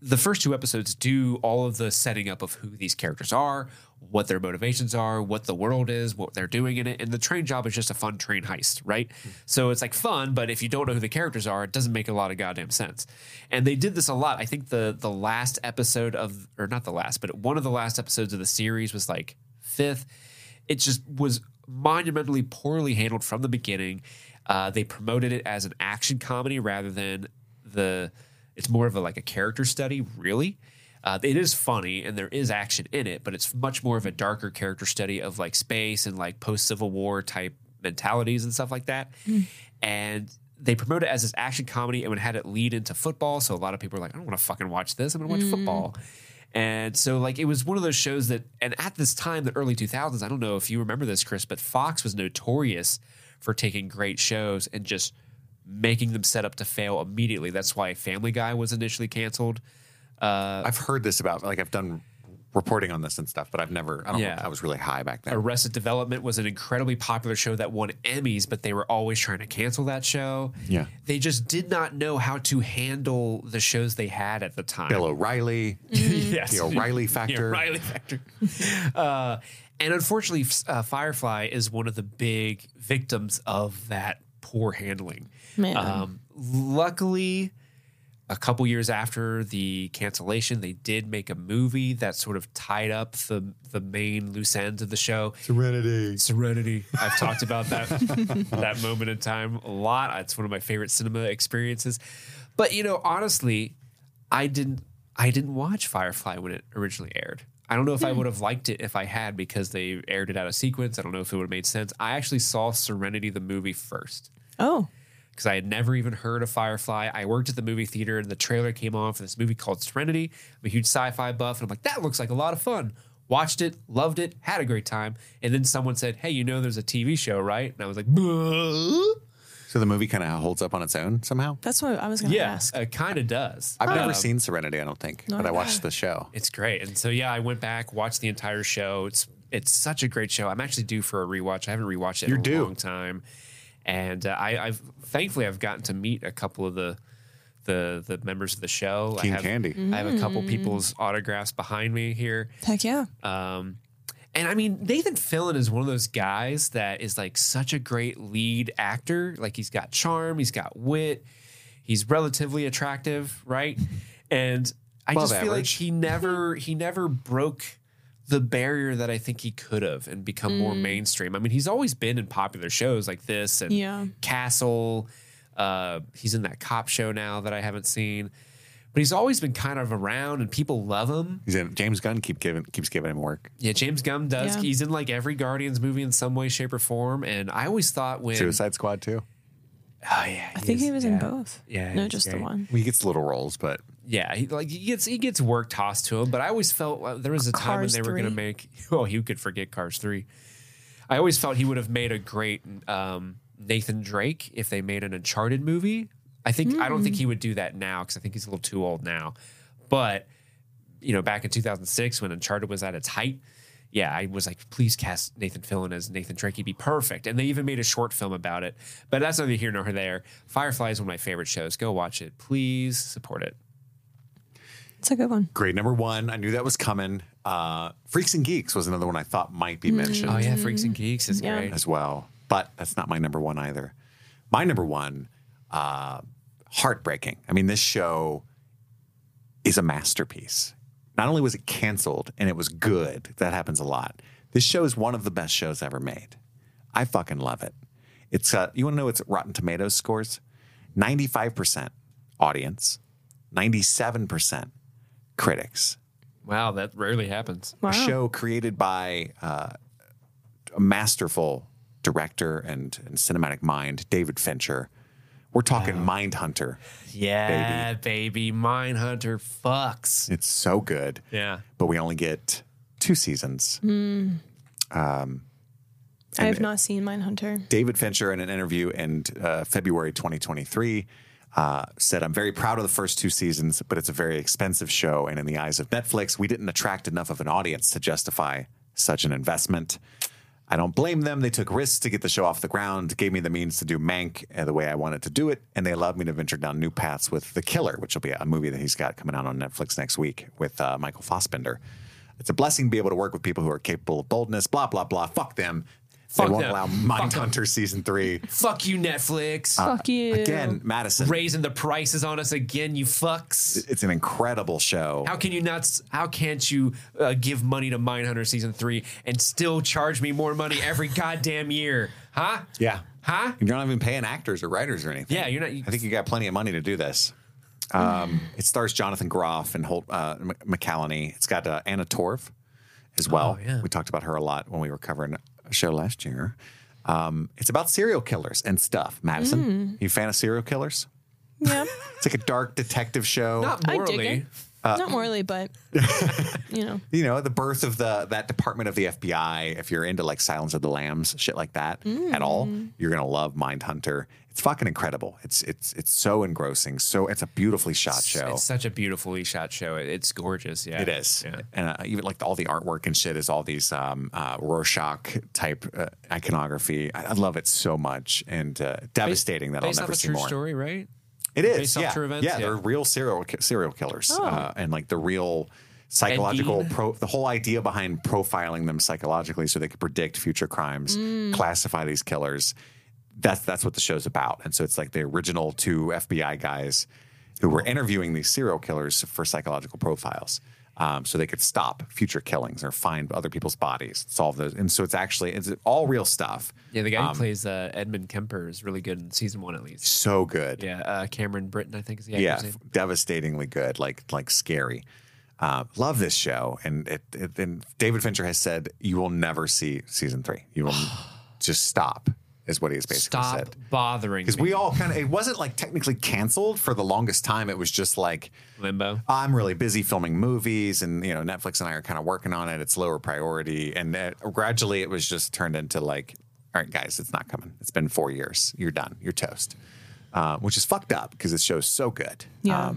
the first two episodes do all of the setting up of who these characters are, what their motivations are, what the world is, what they're doing in it. And the train job is just a fun train heist, right? So it's like fun, but if you don't know who the characters are, it doesn't make a lot of goddamn sense. And they did this a lot. I think the the last episode of or not the last, but one of the last episodes of the series was like fifth. It just was monumentally poorly handled from the beginning. Uh, they promoted it as an action comedy rather than the it's more of a like a character study really uh, it is funny and there is action in it but it's much more of a darker character study of like space and like post civil war type mentalities and stuff like that and they promote it as this action comedy and would had it lead into football so a lot of people are like i don't want to fucking watch this i'm gonna watch football and so like it was one of those shows that and at this time the early 2000s i don't know if you remember this chris but fox was notorious for taking great shows and just making them set up to fail immediately. That's why Family Guy was initially canceled. Uh, I've heard this about like I've done reporting on this and stuff, but I've never. I don't. Yeah. I was really high back then. Arrested Development was an incredibly popular show that won Emmys, but they were always trying to cancel that show. Yeah. They just did not know how to handle the shows they had at the time. Bill O'Reilly, Mm. yes. the O'Reilly Yeah, Factor. Riley Factor. uh, and unfortunately, f- uh, Firefly is one of the big victims of that poor handling. Man. Um, luckily, a couple years after the cancellation, they did make a movie that sort of tied up the the main loose ends of the show. Serenity. Serenity. I've talked about that that moment in time a lot. It's one of my favorite cinema experiences. But you know, honestly, I didn't I didn't watch Firefly when it originally aired. I don't know if I would have liked it if I had because they aired it out of sequence. I don't know if it would have made sense. I actually saw Serenity the movie first oh, because I had never even heard of Firefly. I worked at the movie theater and the trailer came on for this movie called Serenity. I'm a huge sci fi buff and I'm like, that looks like a lot of fun. Watched it, loved it, had a great time. And then someone said, hey, you know there's a TV show, right? And I was like, "Buh." So the movie kind of holds up on its own somehow. that's what I was going to yeah, ask. it kind of does. Oh. I've never Um, seen Serenity, I don't think, but I watched the show. It's great. And so, yeah, I went back, watched the entire show. It's it's such a great show. I'm actually due for a rewatch. I haven't rewatched it You're in a due. long time. And uh, I, I've thankfully I've gotten to meet a couple of the the the members of the show. Team I have, Candy. I have a couple people's autographs behind me here. Heck yeah. Um, and I mean, Nathan Fillion is one of those guys that is like such a great lead actor. Like he's got charm, he's got wit, he's relatively attractive, right? And I Above just feel like average. he never he never broke the barrier that I think he could have and become more mainstream. I mean, he's always been in popular shows like this and Yeah. Castle. Uh, he's in that cop show now that I haven't seen, but he's always been kind of around and people love him. He's in, James Gunn keep giving, keeps giving him work. Yeah, James Gunn does. Yeah. He's in like every Guardians movie in some way, shape, or form. And I always thought when Suicide Squad too. oh yeah, I think he was in both. Yeah, No, he's just the great. one. He gets little roles, but Yeah, he, like he gets he gets work tossed to him. But I always felt uh, there was a time Cars when they were going to 3. make. Oh, you could forget Cars three. I always felt he would have made a great um, Nathan Drake if they made an Uncharted movie. I think I don't think he would do that now because I think he's a little too old now. But you know, back in 2006 when Uncharted was at its height, yeah, I was like, please cast Nathan Fillion as Nathan Drake. He'd be perfect. And they even made a short film about it. But that's neither here nor there. Firefly is one of my favorite shows. Go watch it. Please support it. It's a good one. grade number one. I knew that was coming. Uh, Freaks and Geeks was another one I thought might be mentioned Oh yeah, Freaks and Geeks is Mm-hmm. Yeah. great. as well, but that's not my number one either. My number one, uh, heartbreaking. I mean, this show is a masterpiece. Not only was it canceled and it was good, that happens a lot. This show is one of the best shows ever made. I fucking love it. It's uh, you want to know its Rotten Tomatoes scores? Ninety five percent audience, ninety seven percent critics. Wow, that rarely happens. Wow. A show created by uh, a masterful director and, and cinematic mind, David Fincher. We're talking Mindhunter. Yeah, baby. Mindhunter fucks. It's so good. Yeah. But we only get two seasons. I have not seen Mindhunter. David Fincher, in an interview in uh, February 2023, uh, said, I'm very proud of the first two seasons, but it's a very expensive show. And in the eyes of Netflix, we didn't attract enough of an audience to justify such an investment. I don't blame them. They took risks to get the show off the ground, gave me the means to do Mank uh, the way I wanted to do it, and they allowed me to venture down new paths with The Killer, which will be a movie that he's got coming out on Netflix next week with uh, Michael Fossbender. It's a blessing to be able to work with people who are capable of boldness, blah, blah, blah. Fuck them. Fuck they won't them. allow Fuck them. Mindhunter season three. Fuck you, Netflix. Uh, Fuck you. Again, Madison. Raising the prices on us again, you fucks. It's an incredible show. How can you not? s- How can't you uh, give money to Mindhunter season three and still charge me more money every goddamn year? Huh? yeah. Huh? You're not even paying actors or writers or anything. Yeah, you're not- I think you got plenty of money to do this. Um, it stars Jonathan Groff and Holt uh, M- McCallany. It's got uh, Anna Torv as well. Oh, yeah. We talked about her a lot when we were covering a show last year. Um, it's about serial killers and stuff. Madison, you fan of serial killers? Yeah. It's like a dark detective show. Not I dig morally. it. Uh, not morally, but you know. you know, the birth of the that department of the FBI. If you're into like Silence of the Lambs, shit like that at all, Mm. you're gonna love Mindhunter. It's fucking incredible. It's it's it's so engrossing. So it's a beautifully shot show. It's such a beautifully shot show. It- It's gorgeous. Yeah, It is, Yeah. and uh, even like all the artwork and shit is all these um, uh, Rorschach type uh, iconography. I, I love it so much, and uh, devastating that I'll Based never off a see true more. story, right? It is, Based off yeah, true events? yeah, Yeah. Oh. They're real serial ki- serial killers, uh, and like the real psychological Ed Gein. pro. The whole idea behind profiling them psychologically so they could predict future crimes, Mm. classify these killers. That's that's what the show's about, and so it's like the original two FBI guys who were interviewing these serial killers for psychological profiles. Um, so they could stop future killings or find other people's bodies, solve those, and so it's actually it's all real stuff. Yeah, the guy Um, who plays uh, Edmund Kemper is really good in season one, at least. So good, Yeah, uh, Cameron Britton, I think is the yeah, actor's name. f- devastatingly good, like like scary. Uh, love this show, and it, it and David Fincher has said you will never see season three. You will just stop, is what he has basically Stop said. bothering Because me. we all kind of it wasn't like technically canceled for the longest time. It was just like limbo. I'm really busy filming movies, and you know Netflix and I are kind of working on it. It's lower priority, and that, gradually it was just turned into like, all right, guys, it's not coming. It's been four years. You're done. You're toast. Uh, which is fucked up because this show's so good. Um, Yeah.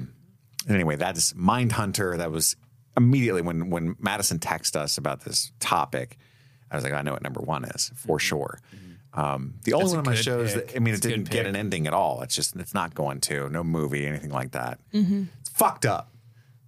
and anyway, that is Mindhunter. That was immediately when when Madison texted us about this topic. I was like, I know what number one is Mm-hmm. for sure. Um, the only one of my good shows pick. that I mean, it a good didn't get pick. an ending at all. It's just it's not going to no movie anything like that. It's fucked up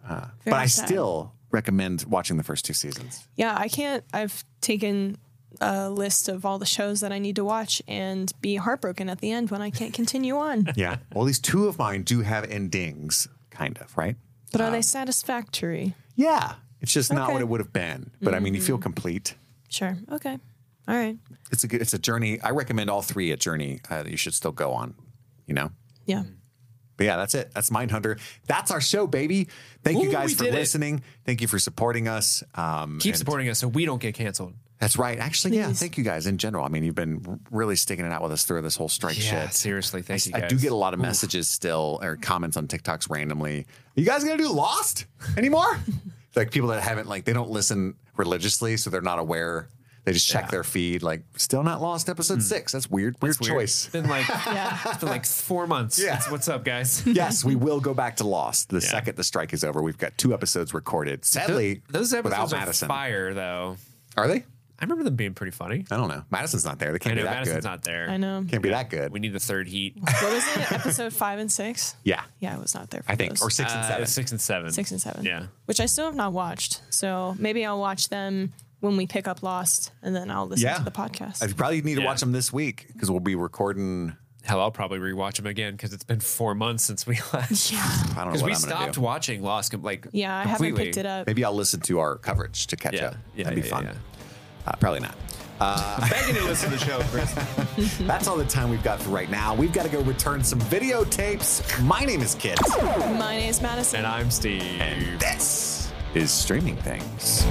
but Very I sad. still recommend watching the first two seasons. Yeah, I can't. I've taken a list of all the shows that I need to watch and be heartbroken at the end when I can't continue on. Yeah. Well, at least two of mine do have endings, kind of, right? But are they satisfactory? Yeah. It's just not Okay. Mm-hmm. what it would have been, but I mean, you feel complete. Sure. Okay. All right. It's a good, it's a journey. I recommend all three a journey uh, that you should still go on. You know. Yeah. But yeah, that's it. That's Mindhunter. That's our show, baby. Thank you Woo, guys we for did it. listening. Thank you for supporting us. Um, Keep and- supporting us so we don't get canceled. That's right. Actually, yeah. Please. Thank you guys in general. I mean, you've been r- really sticking it out with us through this whole strike Yeah, shit. seriously. Thank you. I Guys. do get a lot of messages still or comments on TikToks randomly. Are you guys gonna do Lost anymore? like people that haven't like they don't listen religiously, so they're not aware. They just check their feed. Like still not Lost episode six. That's weird. Weird It's Hmm. weird. It's choice. been like Yeah. it's been like four months. Yeah. It's- what's up, guys? yes, we will go back to Lost the second the strike is over. We've got two episodes recorded. Sadly, Those without episodes are Madison, fire, though. are they? I remember them being pretty funny. I don't know. Madison's not there. They I can't know be that Madison's good. not there. I know. Can't be that good. We need the third heat. What was it? Episode five and six? yeah, Yeah, I was not there for I think those. or six and Uh, seven. Six and seven. six and seven. Yeah. Which I still have not watched. So maybe I'll watch them when we pick up Lost and then I'll listen Yeah. to the podcast. I probably need to Yeah. watch them this week because we'll be recording Hell, I'll probably rewatch them again because it's been four months since we last. Yeah. I don't know Because what we I'm gonna stopped do. watching Lost, com- like Yeah, I completely. haven't picked it up. Maybe I'll listen to our coverage to catch Yeah. up. Yeah, That'd be yeah, fun. yeah. Uh, probably not. Uh, I'm begging you to listen to the show, Chris. That's all the time we've got for right now. We've got to go return some videotapes. My name is Kit. My name is Madison. and I'm Steve. This is Streaming Things.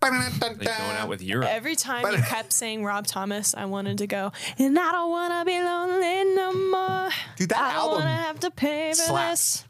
like going out with Europe. Every time you kept saying Rob Thomas, I wanted to go, and I don't want to be lonely no more. Dude, that I don't album want to have to pay for slaps. this.